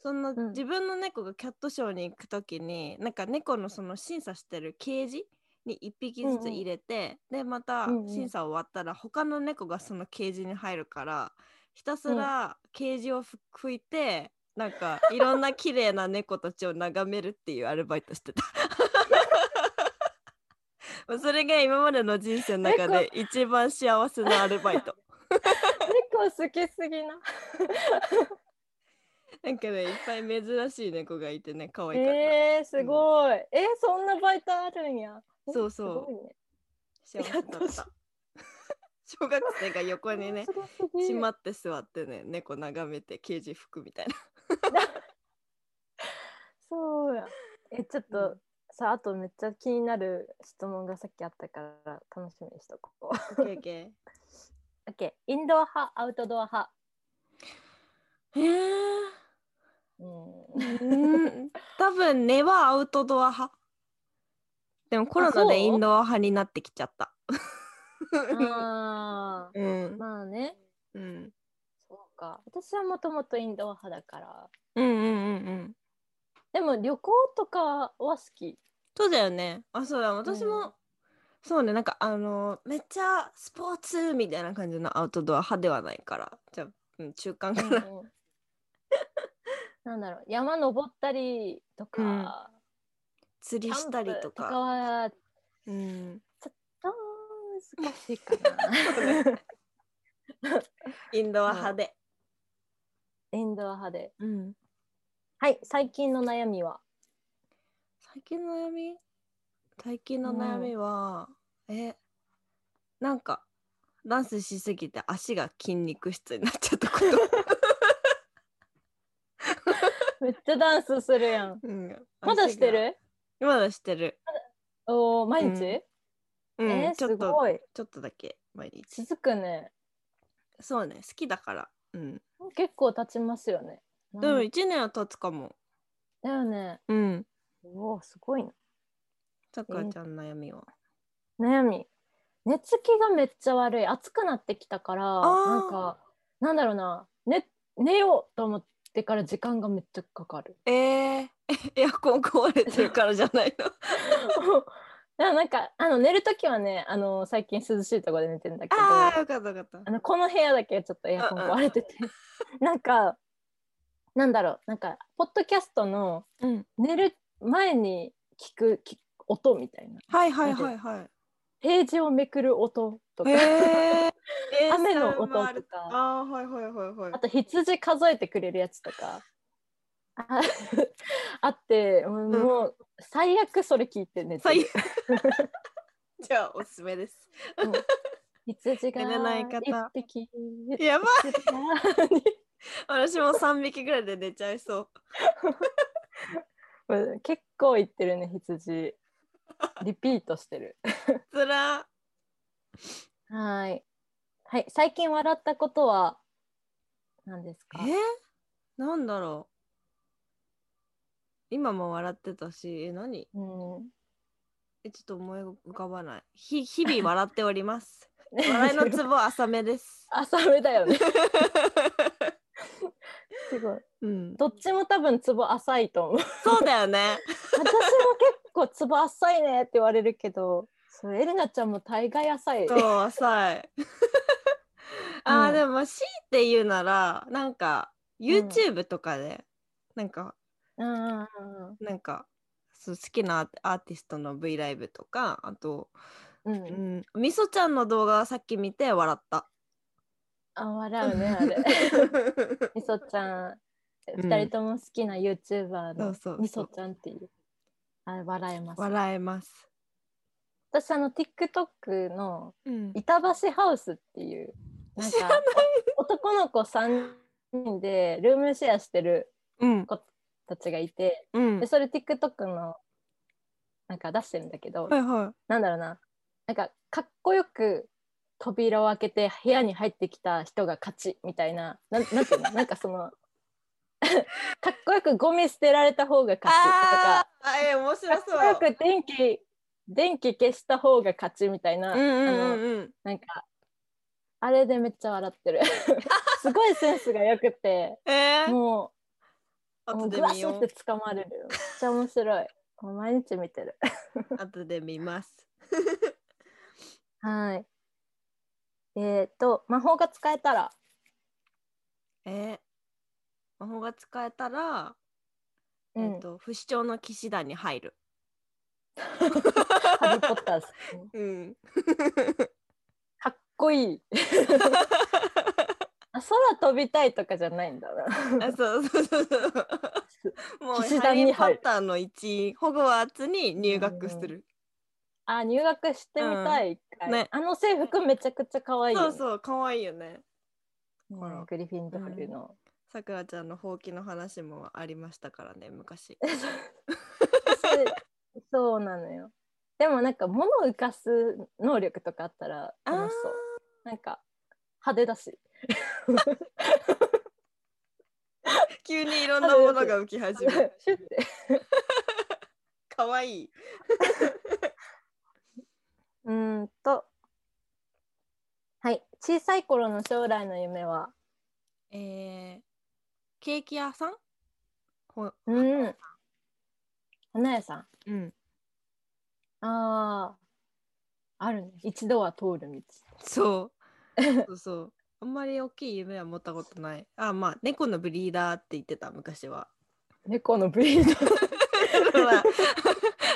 Speaker 1: そんな
Speaker 2: うん
Speaker 1: 自分の猫がキャットショーに行く時に、なんか猫のその審査してるケージに1匹ず
Speaker 2: うんう
Speaker 1: つ
Speaker 2: ん
Speaker 1: 入れて、でまた
Speaker 2: うんうん
Speaker 1: 審査終わったら他の猫がそのケージに入るからひたすらケージをふ拭いて、なんかいろんな綺麗な猫たちを眺めるっていうアルバイトして た。もうそれが今までの人生の中で一番幸せなアルバイト。
Speaker 2: 猫好きすぎな。
Speaker 1: なんかねいっぱい珍しい猫がいてね可愛かった。
Speaker 2: えー、すごい。えー、そんなバイトあるんや。え
Speaker 1: そうそう
Speaker 2: すごいね
Speaker 1: 幸せだっ
Speaker 2: キャットショ
Speaker 1: た。 小学生が横にね
Speaker 2: すごすぎる
Speaker 1: しまって座ってね猫眺めてケージ拭くみたいな。
Speaker 2: そうや。え、ちょっと、
Speaker 1: うん
Speaker 2: さあ、あとめっちゃ気になる質問がさっきあったから楽しみにしとこう。
Speaker 1: 経験
Speaker 2: OK。インドア派、アウトドア派。
Speaker 1: えー
Speaker 2: うん
Speaker 1: う、ーん多分根はアウトドア派でもコロナ
Speaker 2: そう
Speaker 1: でインドア派になってきちゃった
Speaker 2: あ
Speaker 1: う
Speaker 2: ー
Speaker 1: ん、
Speaker 2: まあね。
Speaker 1: うん、
Speaker 2: そうか。私はもともとインドア派だから。
Speaker 1: うんうんうんうん
Speaker 2: でも旅行とかは好き。
Speaker 1: そうだよねあそうだ私も、
Speaker 2: うん
Speaker 1: そうねなんかあのめっちゃスポーツみたいな感じのアウトドア派ではないからじゃあ、うん、中間か
Speaker 2: うん
Speaker 1: な、
Speaker 2: うん なんだろう山登ったりとか、
Speaker 1: うん釣
Speaker 2: キ
Speaker 1: り
Speaker 2: ャン
Speaker 1: し
Speaker 2: プ
Speaker 1: たりと
Speaker 2: とか
Speaker 1: か
Speaker 2: は
Speaker 1: うん、
Speaker 2: あー難しいか な
Speaker 1: インドア派で、
Speaker 2: インドア派で
Speaker 1: うん、
Speaker 2: はい最近の悩みは
Speaker 1: 最近の悩み最近の悩みは、えなんかダンスしすぎて足が筋肉質になっちゃったこと、
Speaker 2: めっちゃダンスするやん。
Speaker 1: うん
Speaker 2: まだしてる
Speaker 1: 足がまだしてる、
Speaker 2: おお、毎日、
Speaker 1: うん
Speaker 2: えー、
Speaker 1: ちょ
Speaker 2: す
Speaker 1: っと
Speaker 2: ごい。
Speaker 1: ちょっとだけ毎日
Speaker 2: 続くね。
Speaker 1: そうね好きだからうん
Speaker 2: 結構経ちますよね。
Speaker 1: でも
Speaker 2: なん
Speaker 1: 1年は経つかも
Speaker 2: だよね。
Speaker 1: うん
Speaker 2: おお、すごいな。
Speaker 1: さくらちゃんの悩みは、
Speaker 2: 悩み。寝つきがめっちゃ悪い。暑くなってきたから、
Speaker 1: ー
Speaker 2: なんか、なんだろうな。ね、寝ようと思ってから時間がめっちゃか かる。
Speaker 1: えー、えエアコン壊れてるからじゃないの
Speaker 2: でもなんかあの寝るときはねあの最近涼しいところで寝てんだけど
Speaker 1: ああ
Speaker 2: あ
Speaker 1: よかったよかった
Speaker 2: のこの部屋だけちょっとエアコン壊れて てなんかなんだろうなんかポッドキャストの
Speaker 1: うん
Speaker 2: 寝る前に聞く聞く音みたいな
Speaker 1: はいはいはいはい
Speaker 2: ページをめくる音とか、
Speaker 1: えー、
Speaker 2: 雨の音と
Speaker 1: あ
Speaker 2: か
Speaker 1: るあーはいはいはいはい
Speaker 2: あと羊数えてくれるやつとかあ あってもう,、
Speaker 1: ん
Speaker 2: もう最悪それ聞いて寝て
Speaker 1: 最
Speaker 2: る
Speaker 1: 悪じゃあおすすめです
Speaker 2: 羊が
Speaker 1: 寝れない方
Speaker 2: 一 匹
Speaker 1: やばい
Speaker 2: 羊が
Speaker 1: 私も3匹ぐらいで寝ちゃいそう
Speaker 2: うん結構言ってるね羊リピートしてる
Speaker 1: つら
Speaker 2: はいはい最近笑ったことは何です
Speaker 1: え
Speaker 2: か
Speaker 1: なんだろう今も笑ってたしえ何
Speaker 2: うん
Speaker 1: えちょっと思い浮かばないひ日々笑っております 笑いのツボ浅めです
Speaker 2: 浅めだよ ねすごい
Speaker 1: うん
Speaker 2: どっちも多分ツボ浅いと思う
Speaker 1: そうだよね
Speaker 2: 私も結構ツボ浅いねって言われるけどそれエレナちゃんも大概浅 い
Speaker 1: そう浅いあー、
Speaker 2: うん
Speaker 1: でもまあ強いて言うならなんか YouTube とかで、なんか
Speaker 2: うんうん
Speaker 1: なんかそう好きなアーティストの V ライブとかあと、
Speaker 2: うんう
Speaker 1: うんん、みそちゃんの動画さっき見て笑った
Speaker 2: あ笑うねあ れみそちゃん
Speaker 1: うん
Speaker 2: 二人とも好きな YouTuber
Speaker 1: そ
Speaker 2: の
Speaker 1: うそうそう
Speaker 2: みそちゃんっていうあれ笑えます
Speaker 1: 笑えます、
Speaker 2: 私あの TikTok の
Speaker 1: うん
Speaker 2: 板橋ハウスっていうなん
Speaker 1: 知ら
Speaker 2: かお男の子3人でルームシェアしてる
Speaker 1: うん
Speaker 2: 子たちがいて
Speaker 1: うん
Speaker 2: でそれ TikTok のなんか出してるんだけど
Speaker 1: はいは
Speaker 2: なんだろうななんかかっこよく扉を開けて部屋に入ってきた人が勝ちみたいななんなんていうのなんか そのかっこよくゴミ捨てられた方が勝ちと
Speaker 1: あ
Speaker 2: か
Speaker 1: ーあえー面白
Speaker 2: かっ
Speaker 1: そう
Speaker 2: こよく電気電気消した方が勝ちみたいな、
Speaker 1: うんうんう
Speaker 2: あの
Speaker 1: んうん
Speaker 2: なんかあれでめっちゃ笑っ てるすごいセンスがよくて
Speaker 1: えー、
Speaker 2: もうも
Speaker 1: 後
Speaker 2: う
Speaker 1: で
Speaker 2: グワ
Speaker 1: 見
Speaker 2: シ
Speaker 1: よ
Speaker 2: っ
Speaker 1: う
Speaker 2: て捕まれるめっちゃ面白いもう毎日見てる
Speaker 1: 後で見ます
Speaker 2: はいえっ、と魔法が使えたら
Speaker 1: えー、魔法が使えたら、
Speaker 2: うん
Speaker 1: えっと不死鳥の騎士団に入る
Speaker 2: ハリー・ポッターですね、
Speaker 1: うん
Speaker 2: かっこ いい。あ空飛びたいとかじゃないんだな。
Speaker 1: あそうそうそうそう。もう
Speaker 2: 騎士
Speaker 1: ハ
Speaker 2: 団
Speaker 1: リ
Speaker 2: に入る
Speaker 1: ー・ポッターの一員ホグワーツに入学する。
Speaker 2: あ入学してみたい、一回
Speaker 1: ね
Speaker 2: あの制服めちゃくちゃ可愛いよ
Speaker 1: そ
Speaker 2: ね、
Speaker 1: うそう可愛いよね。
Speaker 2: うん
Speaker 1: ほら
Speaker 2: グリフィンドールの。
Speaker 1: さくらちゃんのほうきの話もありましたからね 昔。
Speaker 2: そうそうなのよ。でもなんか物を浮かす能力とかあったら楽しそう。なんか派手だし。
Speaker 1: 急にいろんなものが浮き始
Speaker 2: シ
Speaker 1: め
Speaker 2: ュ
Speaker 1: る。
Speaker 2: ッて。
Speaker 1: 可愛い。
Speaker 2: うーんと。はい。小さい頃の将来の夢は。
Speaker 1: えー、ケーキ屋さん？ほ
Speaker 2: うん。花屋さん。
Speaker 1: うん。
Speaker 2: ああ、あるね。一度は通る道。
Speaker 1: そう。 そうそう。あんまり大きい夢は持ったことない。あまあ猫のブリーダーって言ってた昔は。
Speaker 2: 猫のブリード。
Speaker 1: ほ ら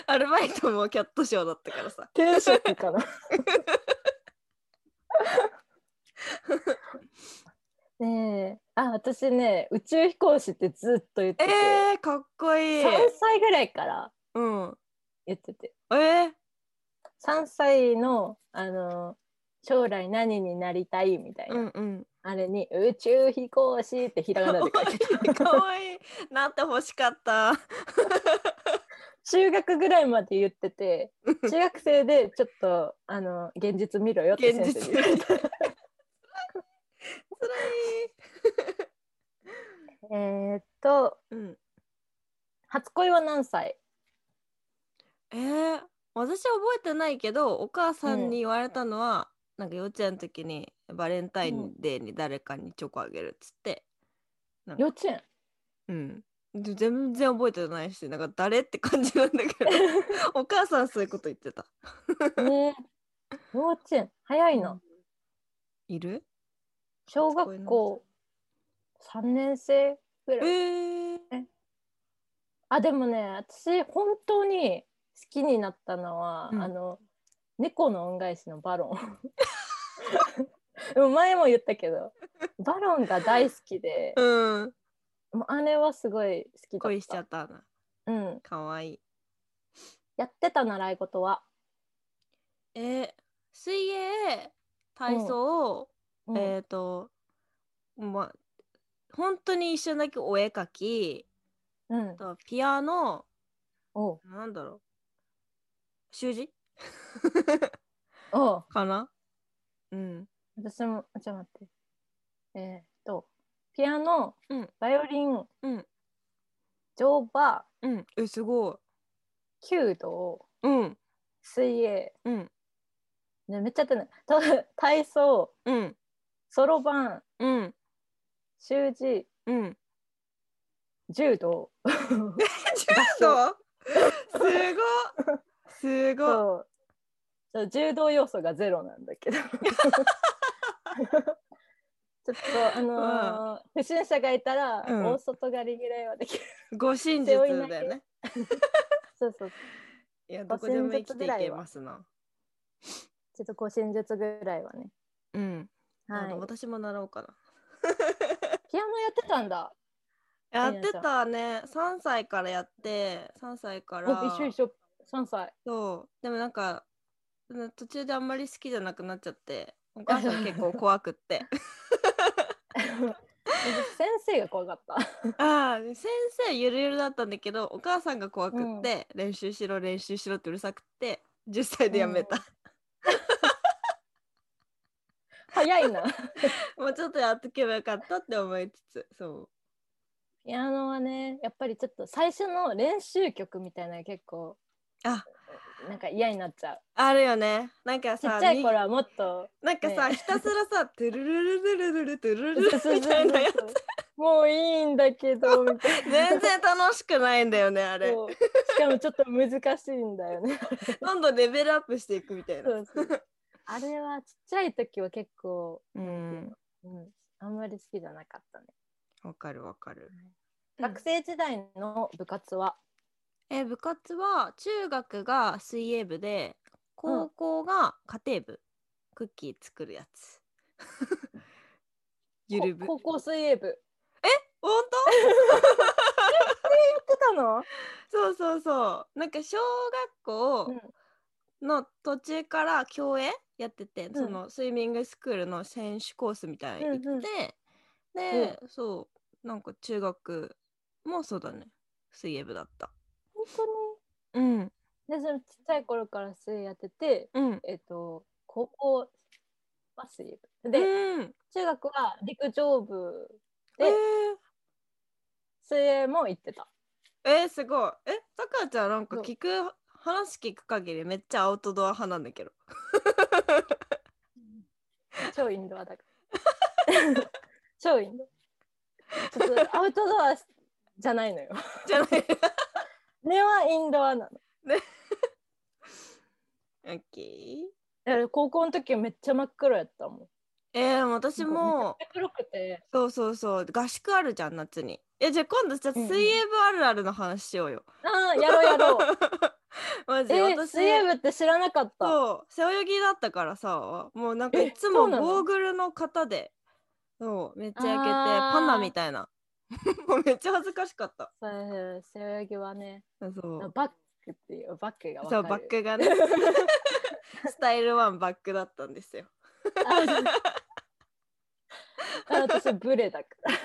Speaker 1: アルバイトもキャットショーだったからさ。
Speaker 2: 転職かな。 ねえ、あ、私ね、宇宙飛行士ってずっと言ってて、
Speaker 1: えー、かっこいい。
Speaker 2: 3歳ぐらいから
Speaker 1: うん。
Speaker 2: 言ってて、
Speaker 1: えー、
Speaker 2: 3歳の、あの、将来何になりたいみたいな、
Speaker 1: うんうん。
Speaker 2: あれに、宇宙飛行士ってひら
Speaker 1: か
Speaker 2: がな
Speaker 1: わ
Speaker 2: で書いて た。
Speaker 1: いい。かわいい。なってほしかった。
Speaker 2: 中学ぐらいまで言ってて中学生でちょっとあの現実見ろよって
Speaker 1: 現
Speaker 2: 先
Speaker 1: 実
Speaker 2: 生に
Speaker 1: 的。
Speaker 2: 言
Speaker 1: 辛い
Speaker 2: われて、。えーっと
Speaker 1: うん。
Speaker 2: 初恋は何歳
Speaker 1: えー、私覚えてないけど、お母さんに言われたのは、なんか幼稚園の時にバレンタインデーに誰かにチョコあげるっつって。
Speaker 2: 幼稚園
Speaker 1: うんで全然覚えてないしなんか誰って感じなんだ けどお母さんそういうこと言ってた
Speaker 2: ね幼稚園早いの
Speaker 1: いる
Speaker 2: 小学校3年生ぐ
Speaker 1: え
Speaker 2: らい
Speaker 1: ー、
Speaker 2: あでもね私本当に好きになったのは、
Speaker 1: うん
Speaker 2: あの猫の恩返しのバロンでも前も言ったけどバロンが大好きで
Speaker 1: うん
Speaker 2: もう姉はすごい好きだった
Speaker 1: 恋しちゃったな
Speaker 2: うん、
Speaker 1: かわいい
Speaker 2: やってた習い事は、
Speaker 1: えー水泳体操、
Speaker 2: うん
Speaker 1: えっ、とま本当に一瞬だけお絵描き
Speaker 2: うん
Speaker 1: あとはピアノ
Speaker 2: おう
Speaker 1: なんだろう習字
Speaker 2: おう
Speaker 1: かなうん
Speaker 2: 私もちょっと待ってえーっとピアノ、
Speaker 1: うん
Speaker 2: バイオリン、
Speaker 1: うん
Speaker 2: 乗馬
Speaker 1: うんえすごい
Speaker 2: 弓道
Speaker 1: うん
Speaker 2: 水泳、
Speaker 1: うん
Speaker 2: ね、めっちゃやってないと 体操
Speaker 1: うん
Speaker 2: そろばん
Speaker 1: うん
Speaker 2: 習字
Speaker 1: うん
Speaker 2: 柔道
Speaker 1: ちょっとすごす ご
Speaker 2: そうそう柔道要素がゼロなんだけど ちょっとあのー不審者がいたら、
Speaker 1: うん
Speaker 2: 大外刈りぐらいはできる
Speaker 1: ご真実だよね
Speaker 2: そうそう
Speaker 1: いやどこでも生きていけますな
Speaker 2: ちょっと護身術ぐらいはね
Speaker 1: うん、
Speaker 2: は
Speaker 1: あ
Speaker 2: い
Speaker 1: の私も習おうかな
Speaker 2: ピアノやってたんだ
Speaker 1: やってたね3歳からやって3歳から
Speaker 2: お一緒一緒3歳
Speaker 1: そうでもなんかうん途中であんまり好きじゃなくなっちゃってお母さん結構怖くって
Speaker 2: 先生が怖かった
Speaker 1: ああ先生ゆるゆるだったんだけどお母さんが怖くって、練習しろ練習しろってうるさくって10歳でやめた、
Speaker 2: 早いな
Speaker 1: もうちょっとやっとけばよかったって思いつつそ
Speaker 2: ピアノはねやっぱりちょっと最初の練習曲みたいなの結構
Speaker 1: あ
Speaker 2: なんか嫌になっちゃう
Speaker 1: うあるよねなんか
Speaker 2: ち
Speaker 1: さ
Speaker 2: っちゃい
Speaker 1: に
Speaker 2: 頃はもっと
Speaker 1: なんかさ、
Speaker 2: ね
Speaker 1: ひたすらさ「トゥルルルルルルルトゥル
Speaker 2: そう
Speaker 1: ルル」
Speaker 2: そうそ
Speaker 1: み
Speaker 2: う
Speaker 1: たいなやつ
Speaker 2: そうもういいんだけ どみたいな
Speaker 1: 全然楽しくないんだよねあれ
Speaker 2: そうしかもちょっと難しいんだよ ね
Speaker 1: どんどんレベルアップしていくみたいな
Speaker 2: そうそうあれはちっちゃい時は結構、
Speaker 1: うん
Speaker 2: うん、あんまり好きじゃなかったね、
Speaker 1: わかるわかるうん
Speaker 2: 学生時代の部活は
Speaker 1: え部活は中学が水泳部で高
Speaker 2: 高
Speaker 1: 校が家庭部、クッキー作るやつ ゆる部
Speaker 2: こ高校水泳部やっ
Speaker 1: 本当
Speaker 2: てたの、
Speaker 1: そうそうそうなんか小学校の途中から競泳やってて、
Speaker 2: ん
Speaker 1: そのスイミングスクールの選手コースみたいに行って、
Speaker 2: うんうん
Speaker 1: で、そうなんか中学もそうだね水泳部だった
Speaker 2: 本当に
Speaker 1: うん
Speaker 2: でそのちっちゃい頃から水泳やってて
Speaker 1: うん
Speaker 2: えっ、と高校は水泳部で、
Speaker 1: うん
Speaker 2: 中学は陸上部
Speaker 1: え
Speaker 2: で
Speaker 1: ー
Speaker 2: 水泳も行ってた
Speaker 1: えーすごいえさくらちゃんなんか
Speaker 2: そう
Speaker 1: 聞く話聞く限りめっちゃアウトドア派なんだ けど
Speaker 2: 超インドアだから 超インドアちょっとアウトドアじゃないのよ
Speaker 1: じゃない
Speaker 2: 根はインドアなの
Speaker 1: オッケー
Speaker 2: だから高校の時めっちゃ真っ黒やったもん
Speaker 1: えー、私も
Speaker 2: めっちゃ黒くて
Speaker 1: そうそうそう合宿あるじゃん夏にえじゃあ今度じゃあ
Speaker 2: うんうん
Speaker 1: 水泳部あるあるの話しようよ、
Speaker 2: ああやろうやろう
Speaker 1: マジ、
Speaker 2: えー、
Speaker 1: 私
Speaker 2: 水泳部って知らなかった
Speaker 1: そう背泳ぎだったからさもうなんか
Speaker 2: え
Speaker 1: いつも
Speaker 2: そうなの
Speaker 1: ゴーグルの型でそうめっちゃ焼けて
Speaker 2: あー
Speaker 1: パンダみたいな もうめっちゃ恥ずかしかった
Speaker 2: そう背泳ぎはね
Speaker 1: そう
Speaker 2: バックっていうバックがわか
Speaker 1: そ
Speaker 2: る
Speaker 1: うバックが ねスタイルワンバックだったんですよ
Speaker 2: あ私ブレだから。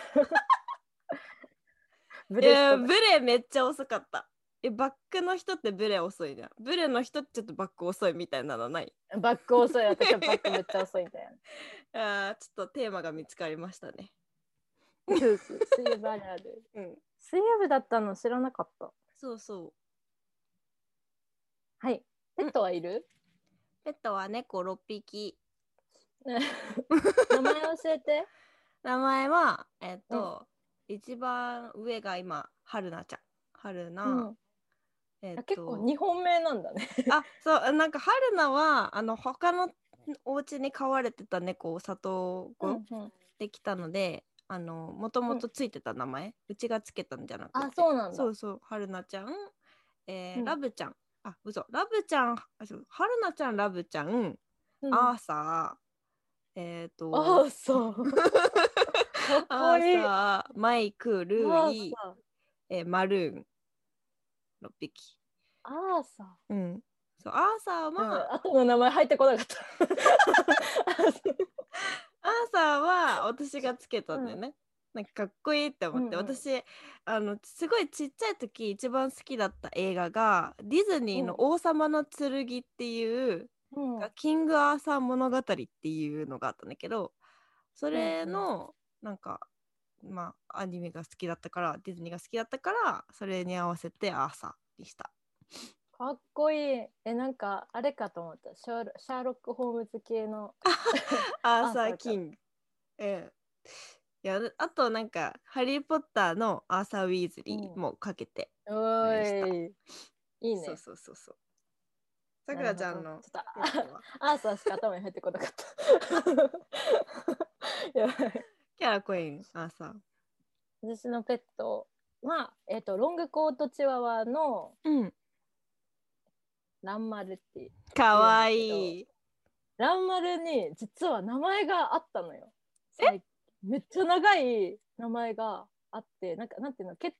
Speaker 2: ブ
Speaker 1: い
Speaker 2: レ
Speaker 1: や
Speaker 2: ス
Speaker 1: ブレめっちゃ遅かったえバックの人ってブレ遅いじゃんブレの人ってちょっとバック遅いみたいなのない
Speaker 2: トだバック遅い私はバックめっちゃ遅いんだよね。
Speaker 1: あーちょっとテーマが見つかりましたね
Speaker 2: そうそう水泳部あるある。
Speaker 1: うん
Speaker 2: 水泳部だったの知らなかった。
Speaker 1: そうそう
Speaker 2: はい。ペットはいる？
Speaker 1: ペットは猫6匹
Speaker 2: ね名前教えて。
Speaker 1: 名前はえっと、一番上が今春菜ちゃん春菜、
Speaker 2: うん
Speaker 1: えっと
Speaker 2: 結構二本目なんだね。
Speaker 1: あそうなんか春菜はあの他のお家に飼われてた猫を里子できたので、あのもともとついてた名前、うちがつけたんじゃなくて
Speaker 2: あそうなんだ
Speaker 1: そうそう春菜ちゃん、えー
Speaker 2: うん
Speaker 1: ラブちゃんあ嘘ラブちゃんあそう春菜ちゃんラブちゃん、
Speaker 2: うん
Speaker 1: アーサーえっ、と
Speaker 2: ああそう。かっ
Speaker 1: ア
Speaker 2: こいい。
Speaker 1: ーサーマイクル
Speaker 2: あ
Speaker 1: ー
Speaker 2: ー
Speaker 1: イ、
Speaker 2: さ
Speaker 1: えーマルーン6匹
Speaker 2: あーさ。
Speaker 1: うんそうアーサーは、
Speaker 2: あとの名前入ってこなかった。
Speaker 1: アーサーは私がつけたんだよね。なんかかっこいいって思って、
Speaker 2: うんうん
Speaker 1: 私あのすごいちっちゃい時一番好きだった映画がディズニーの「王様の剣」っていう、
Speaker 2: うん
Speaker 1: キング・アーサー物語っていうのがあったんだけどそれのなんか、まあアニメが好きだったからディズニーが好きだったからそれに合わせてアーサーにした。
Speaker 2: かっこいい。え、なんか、あれかと思った。シャーロシャーロック・ホームズ系の。
Speaker 1: アーサ
Speaker 2: アーサ
Speaker 1: ー・
Speaker 2: ーちゃん
Speaker 1: キング。ええいやあとなんか「ハリー・ポッター」のアーサー・ウィーズリーもかけて、
Speaker 2: お
Speaker 1: でした
Speaker 2: ーい。いいね。
Speaker 1: そうそうそうそうさくらちゃん
Speaker 2: なる
Speaker 1: の
Speaker 2: ほどちょっと
Speaker 1: 猫は
Speaker 2: あアーサーしか頭に入ってこなかった。 やばい
Speaker 1: キャラコインアーサー
Speaker 2: 私のペットは、えっ、と、ロングコートチワワの
Speaker 1: うん
Speaker 2: ランマルっていう。
Speaker 1: かわいい
Speaker 2: ランマルに実は名前があったのよ。えめっちゃ長い名前があって、なんか、なんていうの、血統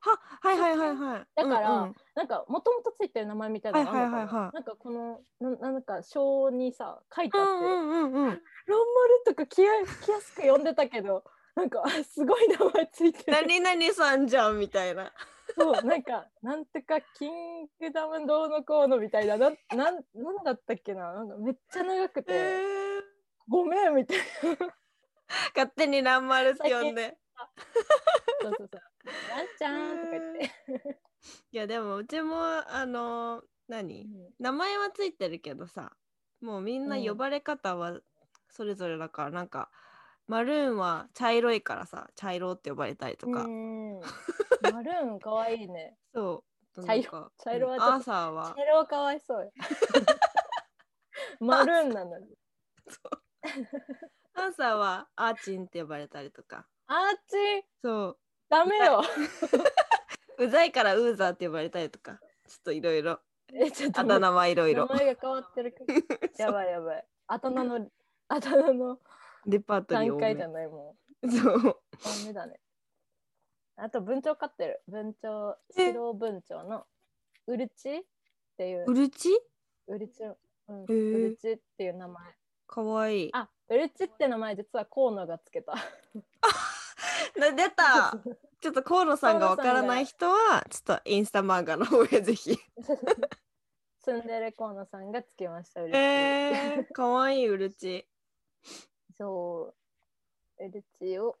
Speaker 1: ははいはいはいはい
Speaker 2: だから
Speaker 1: うんうん
Speaker 2: なんかもともとついてる名前みたいなのがあるの
Speaker 1: は
Speaker 2: かな、
Speaker 1: いはいはいはい
Speaker 2: なんかこのななんか章にさ書いて
Speaker 1: う
Speaker 2: あって、ラン
Speaker 1: んうんうんうん
Speaker 2: マルとか気や気やすく呼んでたけど なんかあすごい名前つい てる
Speaker 1: 何々さんじゃんみたいな
Speaker 2: そうなんかなんとかキングダムどうのこうのみたいななんなんなんだったっけななんかめっちゃ長くて、
Speaker 1: えー
Speaker 2: ごめんみたいな
Speaker 1: 勝手にランマルって呼んで
Speaker 2: そうそうそう「ランちゃん」とか言って、
Speaker 1: いやでもうちもあの何名前はついてるけどさもうみんな
Speaker 2: うん
Speaker 1: 呼ばれ方はそれぞれだから、なんかマルーンは茶色いからさ茶色って呼ばれたりとか、
Speaker 2: うんマルーンかわい いね
Speaker 1: そう
Speaker 2: 茶色
Speaker 1: 色
Speaker 2: 茶色はちょっと
Speaker 1: アーサーは
Speaker 2: 茶色はかわいそう よマルーンなのに
Speaker 1: アーサーはアーチンって呼ばれたりとか
Speaker 2: あーちー
Speaker 1: そ
Speaker 2: ダメよ。
Speaker 1: ううざいからウーザーって呼ばれたりとかちょっといろいろ
Speaker 2: え、ちょっと
Speaker 1: あだ名はいろいろ
Speaker 2: 名前が変わって るから。やばいやばい。あだ名の、あだ名の
Speaker 1: デパートリー
Speaker 2: 段
Speaker 1: 多
Speaker 2: 階じゃ
Speaker 1: め
Speaker 2: ないも
Speaker 1: そう
Speaker 2: う。ダメだね。あと文鳥飼ってる。文鳥、
Speaker 1: え
Speaker 2: 白文鳥のウルチっていう
Speaker 1: ウ。ルチ
Speaker 2: ウルチ、うん、ウ
Speaker 1: ー
Speaker 2: ルチっていう名前。
Speaker 1: かわいい
Speaker 2: あ、ウルチって名前実は河野がつけた。
Speaker 1: な出たちょっと河野さんがわからない人はちょっとインスタ漫画の方へぜひ
Speaker 2: ツンデレ河野さんがつけました。ウルチ
Speaker 1: えー、かわいいうるち。
Speaker 2: そう。ウルチを、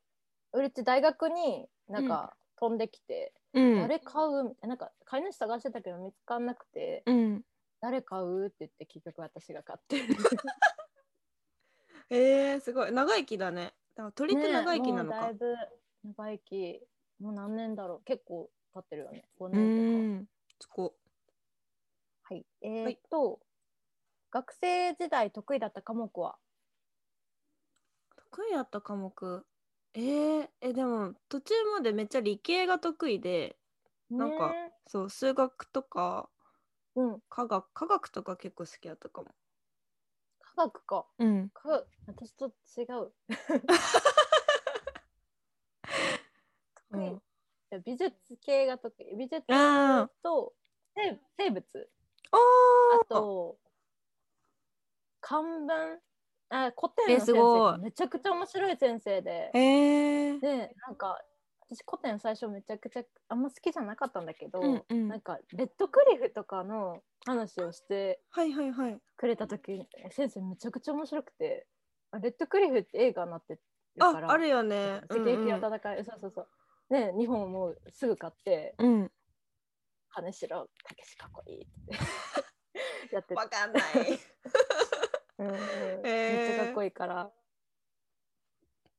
Speaker 2: ウルチ大学になんか飛んできて、
Speaker 1: うん
Speaker 2: 誰買うみたいななんか飼い主探してたけど見つかんなくて、
Speaker 1: うん。
Speaker 2: 誰買うって言って結局私が買ってる
Speaker 1: えー、すごい。長生きだね。でも鳥って長生きなのか。
Speaker 2: ねもうだいぶ長生きもう何年だろう結構経ってるよね5
Speaker 1: うん。
Speaker 2: 年とか
Speaker 1: そこ。
Speaker 2: はいえー、っと、学生時代得意だった科目は
Speaker 1: 得意だった科目。えー、え、でも途中までめっちゃ理系が得意で、なんか
Speaker 2: ね
Speaker 1: そう、数学とか
Speaker 2: うん
Speaker 1: 科学、科学とか結構好きだったかも。
Speaker 2: 科学か
Speaker 1: うん。
Speaker 2: 科学私と違う得意、じゃあ美術系が得意美術
Speaker 1: あ
Speaker 2: と生生物
Speaker 1: お
Speaker 2: あ
Speaker 1: お。
Speaker 2: と、漢文、あ古典
Speaker 1: え
Speaker 2: の先
Speaker 1: すごい
Speaker 2: 生、めちゃくちゃ面白い先生で、
Speaker 1: えー。
Speaker 2: で、なんか、私古典最初めちゃくちゃあんま好きじゃなかったんだけど、
Speaker 1: うんうん
Speaker 2: なんか、レッドクリフとかの話をして
Speaker 1: はいはいはい。
Speaker 2: くれた時に、先生めちゃくちゃ面白くて、あレッドクリフって映画になってるか
Speaker 1: あ、
Speaker 2: ら、
Speaker 1: あるよね。
Speaker 2: 赤壁の戦い、そうそうそう。ね、日本をもうすぐ買って、
Speaker 1: うんうん。
Speaker 2: 金城武しかっこいいって やってて
Speaker 1: わかんない。
Speaker 2: うんうんめっちゃかっこいいから。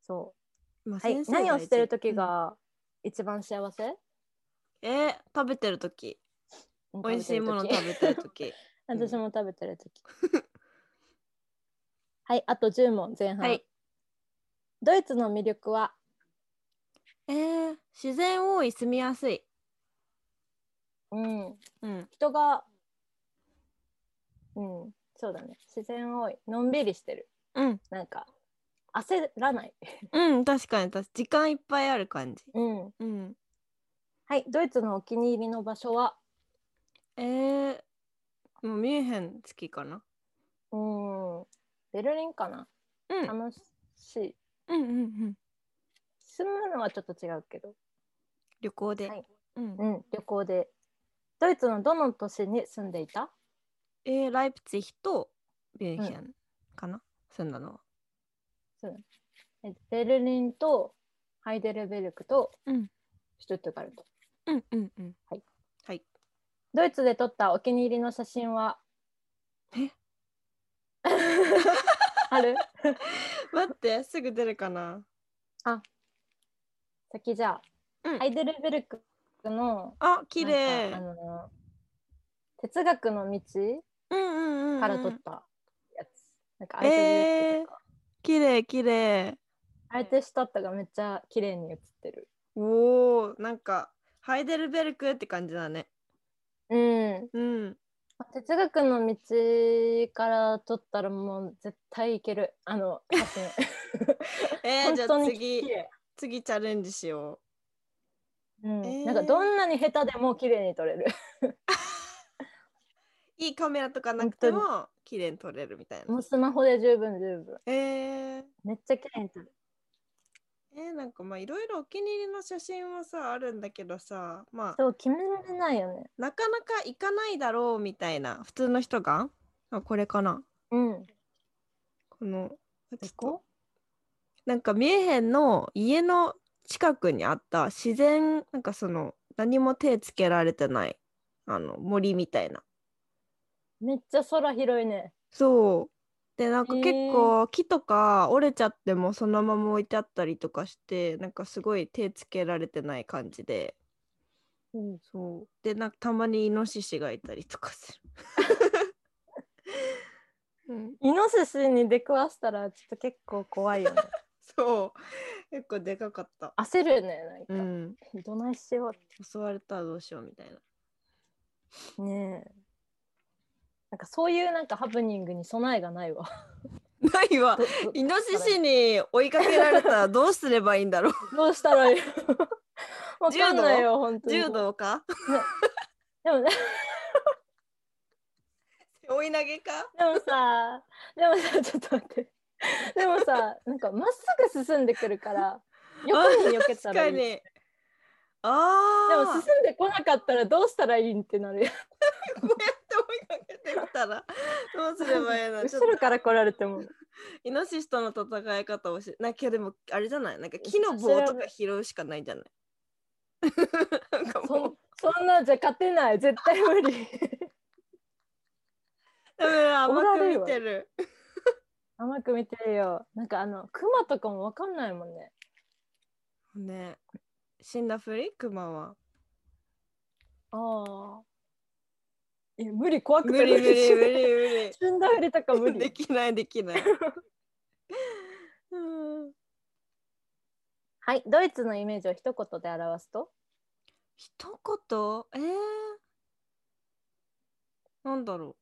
Speaker 2: そう。
Speaker 1: まあ
Speaker 2: はい、何をしてる時、
Speaker 1: 先生大事
Speaker 2: が一番幸せ
Speaker 1: えー食べてる時美味しいもの
Speaker 2: 食べて
Speaker 1: 食
Speaker 2: る時
Speaker 1: べてる時う ん
Speaker 2: 私も食べてる時はいあと10問前半、
Speaker 1: はい
Speaker 2: ドイツの魅力は
Speaker 1: えー自然多い住みやすい
Speaker 2: うん
Speaker 1: うん
Speaker 2: 人がうんそうだね自然多いのんびりしてる
Speaker 1: うん、
Speaker 2: なんか焦らない
Speaker 1: うん、確かに確かに時間いっぱいある感じ
Speaker 2: うん
Speaker 1: うん
Speaker 2: はいドイツのお気に入りの場所は
Speaker 1: えー、もうミュンヘン好きかな
Speaker 2: うんベルリンかな
Speaker 1: うん
Speaker 2: 楽しい
Speaker 1: うんうんうん
Speaker 2: 住むのはちょっと違うけど
Speaker 1: 旅行で、
Speaker 2: はい
Speaker 1: うん
Speaker 2: うん旅行でドイツのどの都市に住んでいた
Speaker 1: えー、ライプツィヒとミュンヘンかな、住んだのは
Speaker 2: えベルリンとハイデルベルクと
Speaker 1: うん
Speaker 2: シュトゥットガルト、
Speaker 1: うんうんうん
Speaker 2: ドイツで撮ったお気に入りの写真は
Speaker 1: え
Speaker 2: ある
Speaker 1: 待ってすぐ出るかな
Speaker 2: 先じゃあ、
Speaker 1: うん
Speaker 2: ハイデルベルクの
Speaker 1: あ綺
Speaker 2: なんか
Speaker 1: 麗
Speaker 2: あの哲学の道
Speaker 1: うんうんうんうん
Speaker 2: から撮ったやつ、なんかアイデルベ
Speaker 1: え
Speaker 2: ル
Speaker 1: ー
Speaker 2: クとか、
Speaker 1: 綺麗綺麗
Speaker 2: アーティストットがめっちゃ綺麗に写ってる
Speaker 1: おーなんかハイデルベルクって感じだね
Speaker 2: うん
Speaker 1: うん
Speaker 2: 哲学の道から撮ったらもう絶対いけるあの写真
Speaker 1: えー、じゃあ
Speaker 2: 本当に
Speaker 1: 次
Speaker 2: 綺麗
Speaker 1: 次チャレンジしよ
Speaker 2: うん
Speaker 1: えー
Speaker 2: なんかどんなに下手でも綺麗に撮れ る
Speaker 1: ういいカメラとかなくても綺麗に撮れるみたい
Speaker 2: もう
Speaker 1: な
Speaker 2: スマホで十分十分
Speaker 1: えー、
Speaker 2: めっちゃ綺麗に撮る
Speaker 1: えー、なんかまあいろいろお気に入りの写真はさあるんだけどさまあ
Speaker 2: そう決められないよね
Speaker 1: なかなか行かないだろうみたいな普通の人があこれかな
Speaker 2: うん
Speaker 1: このあちょっと
Speaker 2: そこ
Speaker 1: なんかミュンヘンの家の近くにあった自然なんかその何も手つけられてないあの森みたいな
Speaker 2: めっちゃ空広いね
Speaker 1: そうでなんか
Speaker 2: へー
Speaker 1: 結構木とか折れちゃってもそのまま置いてあったりとかしてなんかすごい手つけられてない感じで
Speaker 2: うん
Speaker 1: そうでなんかたまにイノシシがいたりとかする、うん、
Speaker 2: イノシシに出くわしたらちょっと結構怖 いよね
Speaker 1: そう結構でかかった
Speaker 2: 焦るよね
Speaker 1: う
Speaker 2: なんか、
Speaker 1: ん
Speaker 2: どないしようって
Speaker 1: 襲われたらどうしようみたいな
Speaker 2: ねえなんかそういうなんかハプニングに備えがな いわ
Speaker 1: ないわ
Speaker 2: どど
Speaker 1: イノシシに追いかけられたらどうすればいいんだろう
Speaker 2: どうしたら いいのわかんない
Speaker 1: 柔
Speaker 2: よ本当に
Speaker 1: 柔道か
Speaker 2: でも
Speaker 1: 追い投げか
Speaker 2: でもさ、でもさ、ちょっと待って。でもさ、なんかまっすぐ進んでくるから、横に避けた
Speaker 1: 確
Speaker 2: ら
Speaker 1: か
Speaker 2: いい。で
Speaker 1: にあー
Speaker 2: も進んでこなかったらどうしたらいいんってなる。
Speaker 1: こうやって追いかけてきたらどうすればいい のちょ
Speaker 2: 後
Speaker 1: っ
Speaker 2: ろ
Speaker 1: と
Speaker 2: から来られても。
Speaker 1: イノシシとの戦い方をしなきゃでもあれじゃないなんか木の棒とか拾うしかないんじゃない なんかもう
Speaker 2: そそんなじゃ勝てない。絶対無理。
Speaker 1: ダメだ
Speaker 2: おら
Speaker 1: 甘
Speaker 2: れる
Speaker 1: く
Speaker 2: わ
Speaker 1: 見てる
Speaker 2: 甘く見てるよ。なんかあの、クマとかもわかんないもんね。
Speaker 1: ね死んだふりクマは
Speaker 2: ああ。え、無理、怖く
Speaker 1: 無
Speaker 2: て
Speaker 1: 理無理無理
Speaker 2: 死んだふりとか
Speaker 1: 無
Speaker 2: 無
Speaker 1: 理で
Speaker 2: 理。
Speaker 1: きないできないうん
Speaker 2: はい、ドイツのイメージを一言で表すと
Speaker 1: 一言えー、なんだろ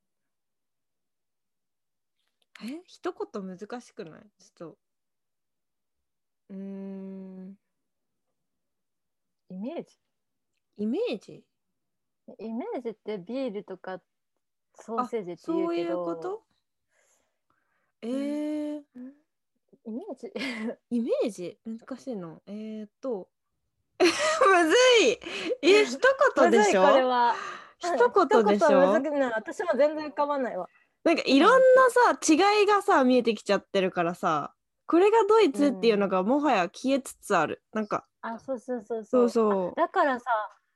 Speaker 1: うえ一言難しくないちょっとうーん
Speaker 2: イメージ
Speaker 1: イメージ
Speaker 2: イメージってビールとかソーセージって
Speaker 1: そ
Speaker 2: 言
Speaker 1: うう
Speaker 2: け
Speaker 1: いう
Speaker 2: ど
Speaker 1: ことえー、
Speaker 2: イメージ
Speaker 1: イメージ難しいのえー、っと むずいえ一言でし
Speaker 2: まずいこれ
Speaker 1: ょ
Speaker 2: は
Speaker 1: 一言でしょ
Speaker 2: 一言はむずくない私も全然構わないわ
Speaker 1: なんかいろんなさ違いがさ見えてきちゃってるからさこれがドイツっていうのがもはや消えつつある、なんか
Speaker 2: あそうそうそう
Speaker 1: そ
Speaker 2: そう
Speaker 1: うそう
Speaker 2: だからさ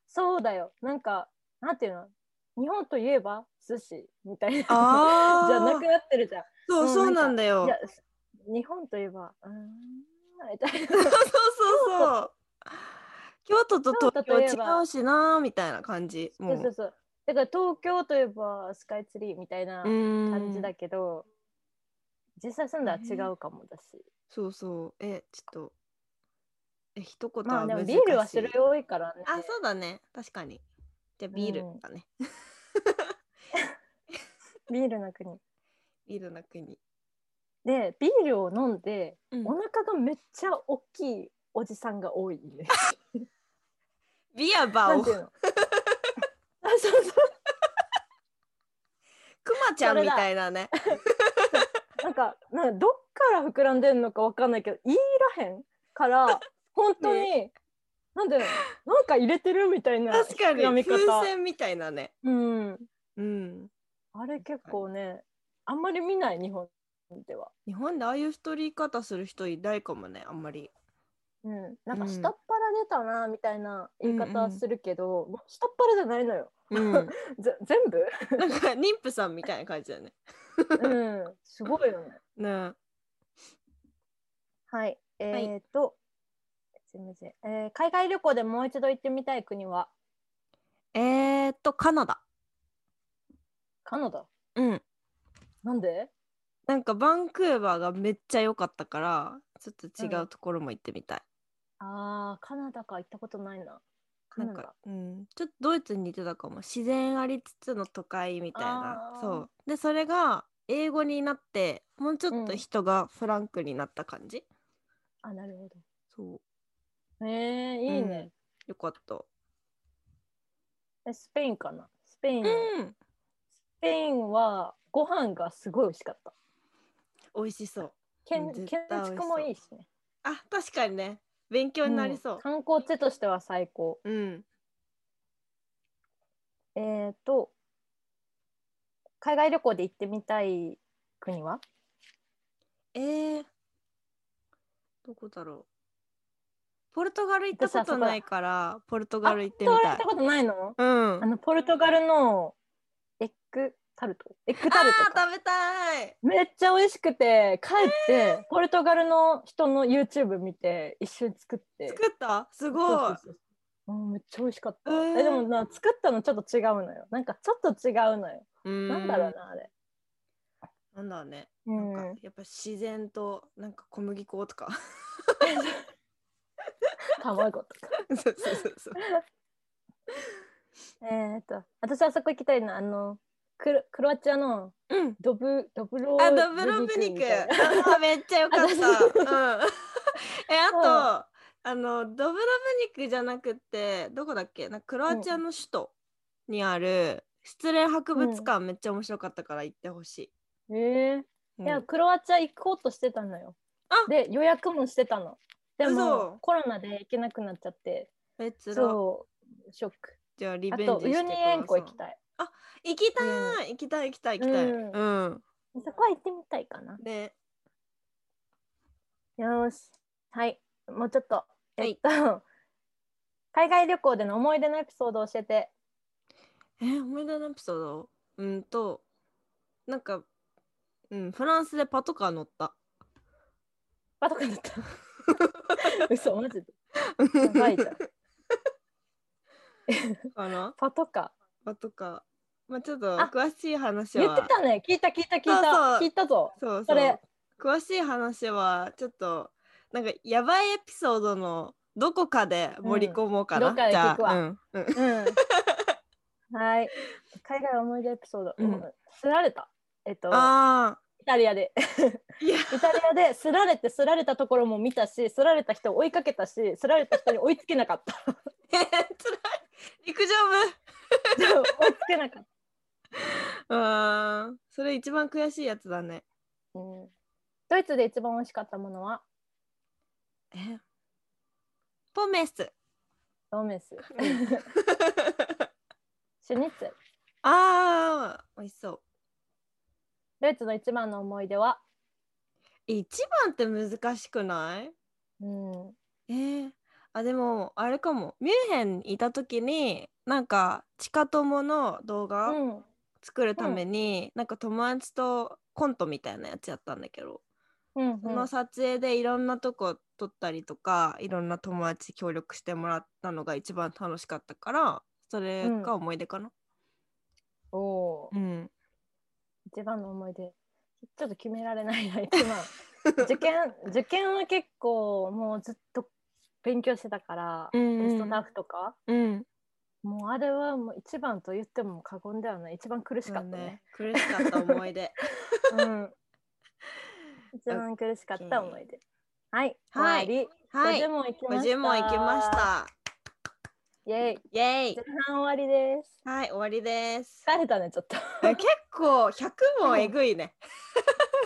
Speaker 2: そうだよなんかなんていうの日本といえば寿司みたいな じゃ
Speaker 1: あ あ
Speaker 2: なくなってるじゃん
Speaker 1: そう
Speaker 2: もう
Speaker 1: そうなんだよ
Speaker 2: いや日本といえばうーんみたいな
Speaker 1: そうそうそうそう共都と東京
Speaker 2: 京都といえ
Speaker 1: 違
Speaker 2: ば
Speaker 1: うしなみたいな感じ も
Speaker 2: そうそう
Speaker 1: う
Speaker 2: そうだから東京といえばスカイツリーみたいな
Speaker 1: うん
Speaker 2: 感じだけど、実際住んだら違うかもだし、
Speaker 1: そうそうえちょっとえ一言
Speaker 2: ま
Speaker 1: は
Speaker 2: あでも
Speaker 1: 難しい、
Speaker 2: ビールは種類多いからね
Speaker 1: あそうだね確かにじゃあビールだね、
Speaker 2: ビールの国
Speaker 1: ビールの国、
Speaker 2: でビールを飲んで
Speaker 1: うん
Speaker 2: お腹がめっちゃ大きいおじさんが多いね。
Speaker 1: ビアバ
Speaker 2: な
Speaker 1: ー
Speaker 2: ん
Speaker 1: を
Speaker 2: てい
Speaker 1: ク
Speaker 2: うの あそうそう
Speaker 1: マちゃんみたいなね
Speaker 2: なんかなんかどっから膨らんでんのかわかんないけど言いらへんから本当に、なんでなんか入れてるみたいな
Speaker 1: 確かに
Speaker 2: 膨らみ方
Speaker 1: 風船みたいなね
Speaker 2: うん、
Speaker 1: うん
Speaker 2: あれ結構ねあんまり見ない日本では、
Speaker 1: 日本でああいう太り方する人いないかもねあんまり
Speaker 2: うん、なんか
Speaker 1: うん
Speaker 2: 下っ腹出たなみたいな言い
Speaker 1: うんう
Speaker 2: 方
Speaker 1: ん
Speaker 2: するけど、もう下っ腹じゃないのよ
Speaker 1: うん なんか
Speaker 2: ぜ全部、
Speaker 1: 妊婦さんみたいな感じだね
Speaker 2: うん、 すごいよね
Speaker 1: ね
Speaker 2: はい、えっ、と、すみません、えー海外旅行でもう一度行ってみたい国は
Speaker 1: ええー、っとカナダ
Speaker 2: カナダ。
Speaker 1: うん
Speaker 2: なんで？
Speaker 1: なんかバンクーバーがめっちゃ良かったからちょっと違うところも行ってみたい、
Speaker 2: ああ、カナダか行ったことないな。カ
Speaker 1: な
Speaker 2: ナ
Speaker 1: ん
Speaker 2: ダ
Speaker 1: か。、うん、ちょっとドイツに似てたかも自然ありつつの都会みたい
Speaker 2: あ
Speaker 1: な
Speaker 2: ー
Speaker 1: そうでそれが英語になってもうちょっ
Speaker 2: う
Speaker 1: と
Speaker 2: ん
Speaker 1: 人がフランクになった感じ、
Speaker 2: あ、なるほ
Speaker 1: そう
Speaker 2: ど。えー、いいね、
Speaker 1: よかった
Speaker 2: えスペインかな。スペイン、
Speaker 1: うん
Speaker 2: スペインはご飯がすごい美味しかった。
Speaker 1: 美味しそう
Speaker 2: 建
Speaker 1: うん絶
Speaker 2: 建
Speaker 1: 対美味しそう
Speaker 2: 築もいいしね。
Speaker 1: あ確かにね勉強になりそう
Speaker 2: 観光地としては最高。
Speaker 1: うん、
Speaker 2: えっ、ー、と、海外旅行で行ってみたい国は？
Speaker 1: えー、どこだろうポルトガル行った
Speaker 2: 私は
Speaker 1: こ
Speaker 2: そ
Speaker 1: と
Speaker 2: こだ
Speaker 1: ないからポルトガル行ってみ
Speaker 2: ポルトガ
Speaker 1: た
Speaker 2: ル
Speaker 1: い
Speaker 2: 行ったことないの？
Speaker 1: うん
Speaker 2: あのポルトガルのエッグタルトエッグタルト
Speaker 1: あ
Speaker 2: か
Speaker 1: ー食べたい
Speaker 2: めっちゃ美味しくて帰って、ポルトガルの人の YouTube 見て一緒に作って
Speaker 1: 作ったすごい
Speaker 2: そうそうそううんめっちゃ美味しかった、
Speaker 1: えー
Speaker 2: えでもな作ったのちょっと違うのよなんかちょっと違うのよ、なんだろうなあれ、
Speaker 1: うなんだろうね
Speaker 2: う
Speaker 1: なん
Speaker 2: ん
Speaker 1: かやっぱ自然となんか小麦粉とか
Speaker 2: 卵とか
Speaker 1: そうそうそうそう
Speaker 2: えーっと私あそこ行きたいなあのクロクロアチアの
Speaker 1: うん
Speaker 2: ドブドブロ
Speaker 1: あドブロブニク
Speaker 2: みたいな
Speaker 1: あめっちゃよかった、うん、 え
Speaker 2: そう
Speaker 1: あとあのドブロブニクじゃなくてどこだっけなんかクロアチアの首都にある失恋博物館めっちゃ面白かったから行ってほしい、
Speaker 2: えー
Speaker 1: う
Speaker 2: い
Speaker 1: ん
Speaker 2: やクロアチア行こうとしてたのよ
Speaker 1: あ
Speaker 2: で予約もしてたので
Speaker 1: 嘘
Speaker 2: もコロナで行けなくなっちゃって
Speaker 1: えつら
Speaker 2: そうショック
Speaker 1: じゃあリ
Speaker 2: あ
Speaker 1: ベンジ
Speaker 2: と
Speaker 1: して
Speaker 2: ウ
Speaker 1: く
Speaker 2: ユ
Speaker 1: だ
Speaker 2: ニ
Speaker 1: さい
Speaker 2: 塩湖行きたい
Speaker 1: 行きたい行きたい行きたい行きたい
Speaker 2: うん
Speaker 1: うん、
Speaker 2: そこは行ってみたいかな
Speaker 1: で
Speaker 2: よーしはいもうちょっと
Speaker 1: はい
Speaker 2: えっと、 海外旅行での思い出のエピソードを教えて
Speaker 1: えー思い出のエピソードうんとなんか、うん、フランスでパトカー乗った
Speaker 2: バトカだった 嘘マジでやばいじゃん
Speaker 1: かな
Speaker 2: パトカ
Speaker 1: パトカーまあちょっと
Speaker 2: あ
Speaker 1: 詳しい話
Speaker 2: ー言っ
Speaker 1: は
Speaker 2: てたね聞いた聞いた聞い
Speaker 1: そ
Speaker 2: た
Speaker 1: うそう
Speaker 2: 聞いたぞ
Speaker 1: そうそ
Speaker 2: そうれ
Speaker 1: 詳しい話はちょっとなんかやばいエピソードのどこかで盛り込もうかな、
Speaker 2: うんどっかで
Speaker 1: じゃあ
Speaker 2: 聞くわ
Speaker 1: うんうん
Speaker 2: うん はい。海外思い出エピソード。
Speaker 1: うん
Speaker 2: すられた。えっと、
Speaker 1: あ
Speaker 2: イタリアで。
Speaker 1: ーいや
Speaker 2: イタリアですられて、すられたところも見たし、すられた人を追いかけたし、すられた人に追いつけなかった。
Speaker 1: 辛い陸上
Speaker 2: でも追いつけなかっ
Speaker 1: 部うんそれ一番悔しいやつだね
Speaker 2: た、うん。ドイツで一番美味しかったものは
Speaker 1: えポメ ス
Speaker 2: ドーメンス。シュニッツェル。
Speaker 1: あー美味しそう
Speaker 2: ドイツの一番の思い出は、
Speaker 1: 一番って難しくない
Speaker 2: うん、
Speaker 1: えー、あでもあれかもミュンヘンにいた時になんかチカ友の動画
Speaker 2: うん。
Speaker 1: 作るために、なんか友達とコントみたいなやつやったんだけど
Speaker 2: うんうん
Speaker 1: その撮影でいろんなとこ撮ったりとかいろんな友達協力してもらったのが一番楽しかったからそれが思い出かな。
Speaker 2: おおー、
Speaker 1: うん、
Speaker 2: 一番の思い出ちょっと決められない な一番受験受験は結構もうずっと勉強してたから、
Speaker 1: うんうん
Speaker 2: テストナフとか
Speaker 1: うん、
Speaker 2: もうあれはもう一番と言っても過言ではない一番苦しかったね。
Speaker 1: 苦しかった思い出。
Speaker 2: うん、一番苦しかった思い出。はい、
Speaker 1: はい
Speaker 2: 終わり
Speaker 1: はい
Speaker 2: 50、問いきました。
Speaker 1: 50問いきまし。た。
Speaker 2: イェイ、
Speaker 1: イエイ
Speaker 2: 前半終わりです。
Speaker 1: はい、終わりです。
Speaker 2: 疲れたね、ちょっと。
Speaker 1: え結構100問えぐいね。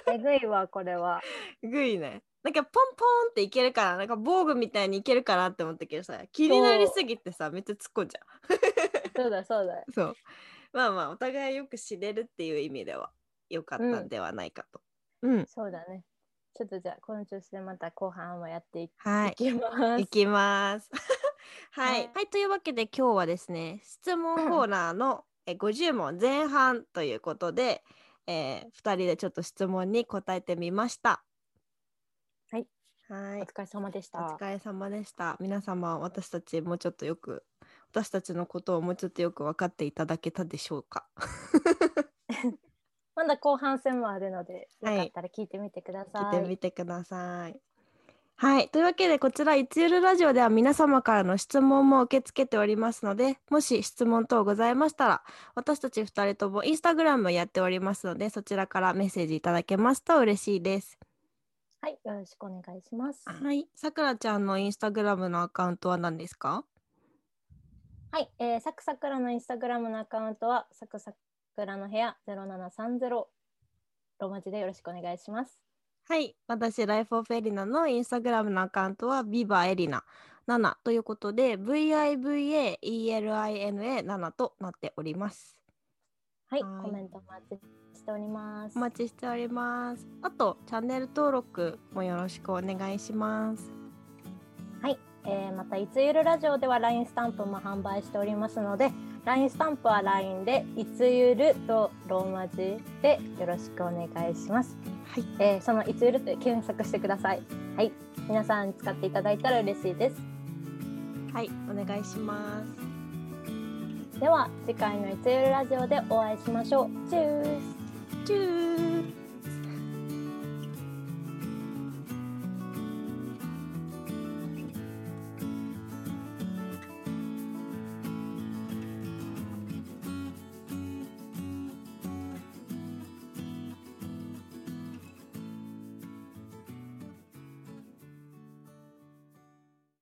Speaker 2: えぐいわ、これは。
Speaker 1: えぐいね。なんかポンポンっていけるから、なんか防具みたいにいけるかなって思ったけどさ、気になりすぎてさ、めっちゃ突っ込んじゃ
Speaker 2: そうだ、そうだ。
Speaker 1: う。そう。まあまあ、お互いよく知れるっていう意味では、良かったんではないかと。うん。
Speaker 2: そうだね。ちょっとじゃあ、この調子でまた後半もやっていき
Speaker 1: はいい。
Speaker 2: きま
Speaker 1: い
Speaker 2: す。
Speaker 1: きます。 はい、
Speaker 2: はい
Speaker 1: はい、というわけで今日はですね質問コーナーのえ50問前半ということで、え2人でちょっと質問に答えてみました。
Speaker 2: はい、
Speaker 1: は
Speaker 2: お
Speaker 1: い
Speaker 2: 疲れ様でし
Speaker 1: お
Speaker 2: た。
Speaker 1: 疲れ様でした。皆様私たちもうちょっとよく私たちのことをもうちょっとよく分かっていただけたでしょうか。
Speaker 2: まだ後半戦もあるので、
Speaker 1: はい
Speaker 2: よかったら聞いてみてくださ
Speaker 1: 聞
Speaker 2: い。
Speaker 1: いてみてください。はい。というわけで、こちら、いつゆるラジオでは皆様からの質問も受け付けておりますので、もし質問等ございましたら、私たち2人ともインスタグラムやっておりますので、そちらからメッセージいただけますと嬉しいです。
Speaker 2: はい、よろしくお願いします。
Speaker 1: はい。さくらちゃんのインスタグラムのアカウントは何ですか
Speaker 2: はい、えー、サクサクラのインスタグラムのアカウントは、サクサクラの部屋0730、ローマ字でよろしくお願いします。
Speaker 1: はい。私、ライフオフエリナのインスタグラムのアカウントは、ビバエリナ7ということで、VIVAELINA7 となっております。
Speaker 2: はい、
Speaker 1: はい
Speaker 2: コメントお待ちしております。
Speaker 1: お待ちしております。あとチャンネル登録もよろしくお願いします。
Speaker 2: はい、えーまた、いつゆるラジオでは LINE スタンプも販売しておりますので、LINE スタンプは LINE で、いつゆるとローマ字でよろしくお願いします。
Speaker 1: はい、
Speaker 2: えーそのいつゆるって検索してください。はい、皆さんに使っていただいたら嬉しいです。
Speaker 1: はい、お願いします。
Speaker 2: では、次回のいつゆるラジオでお会いしましょう。チュース
Speaker 1: チュー。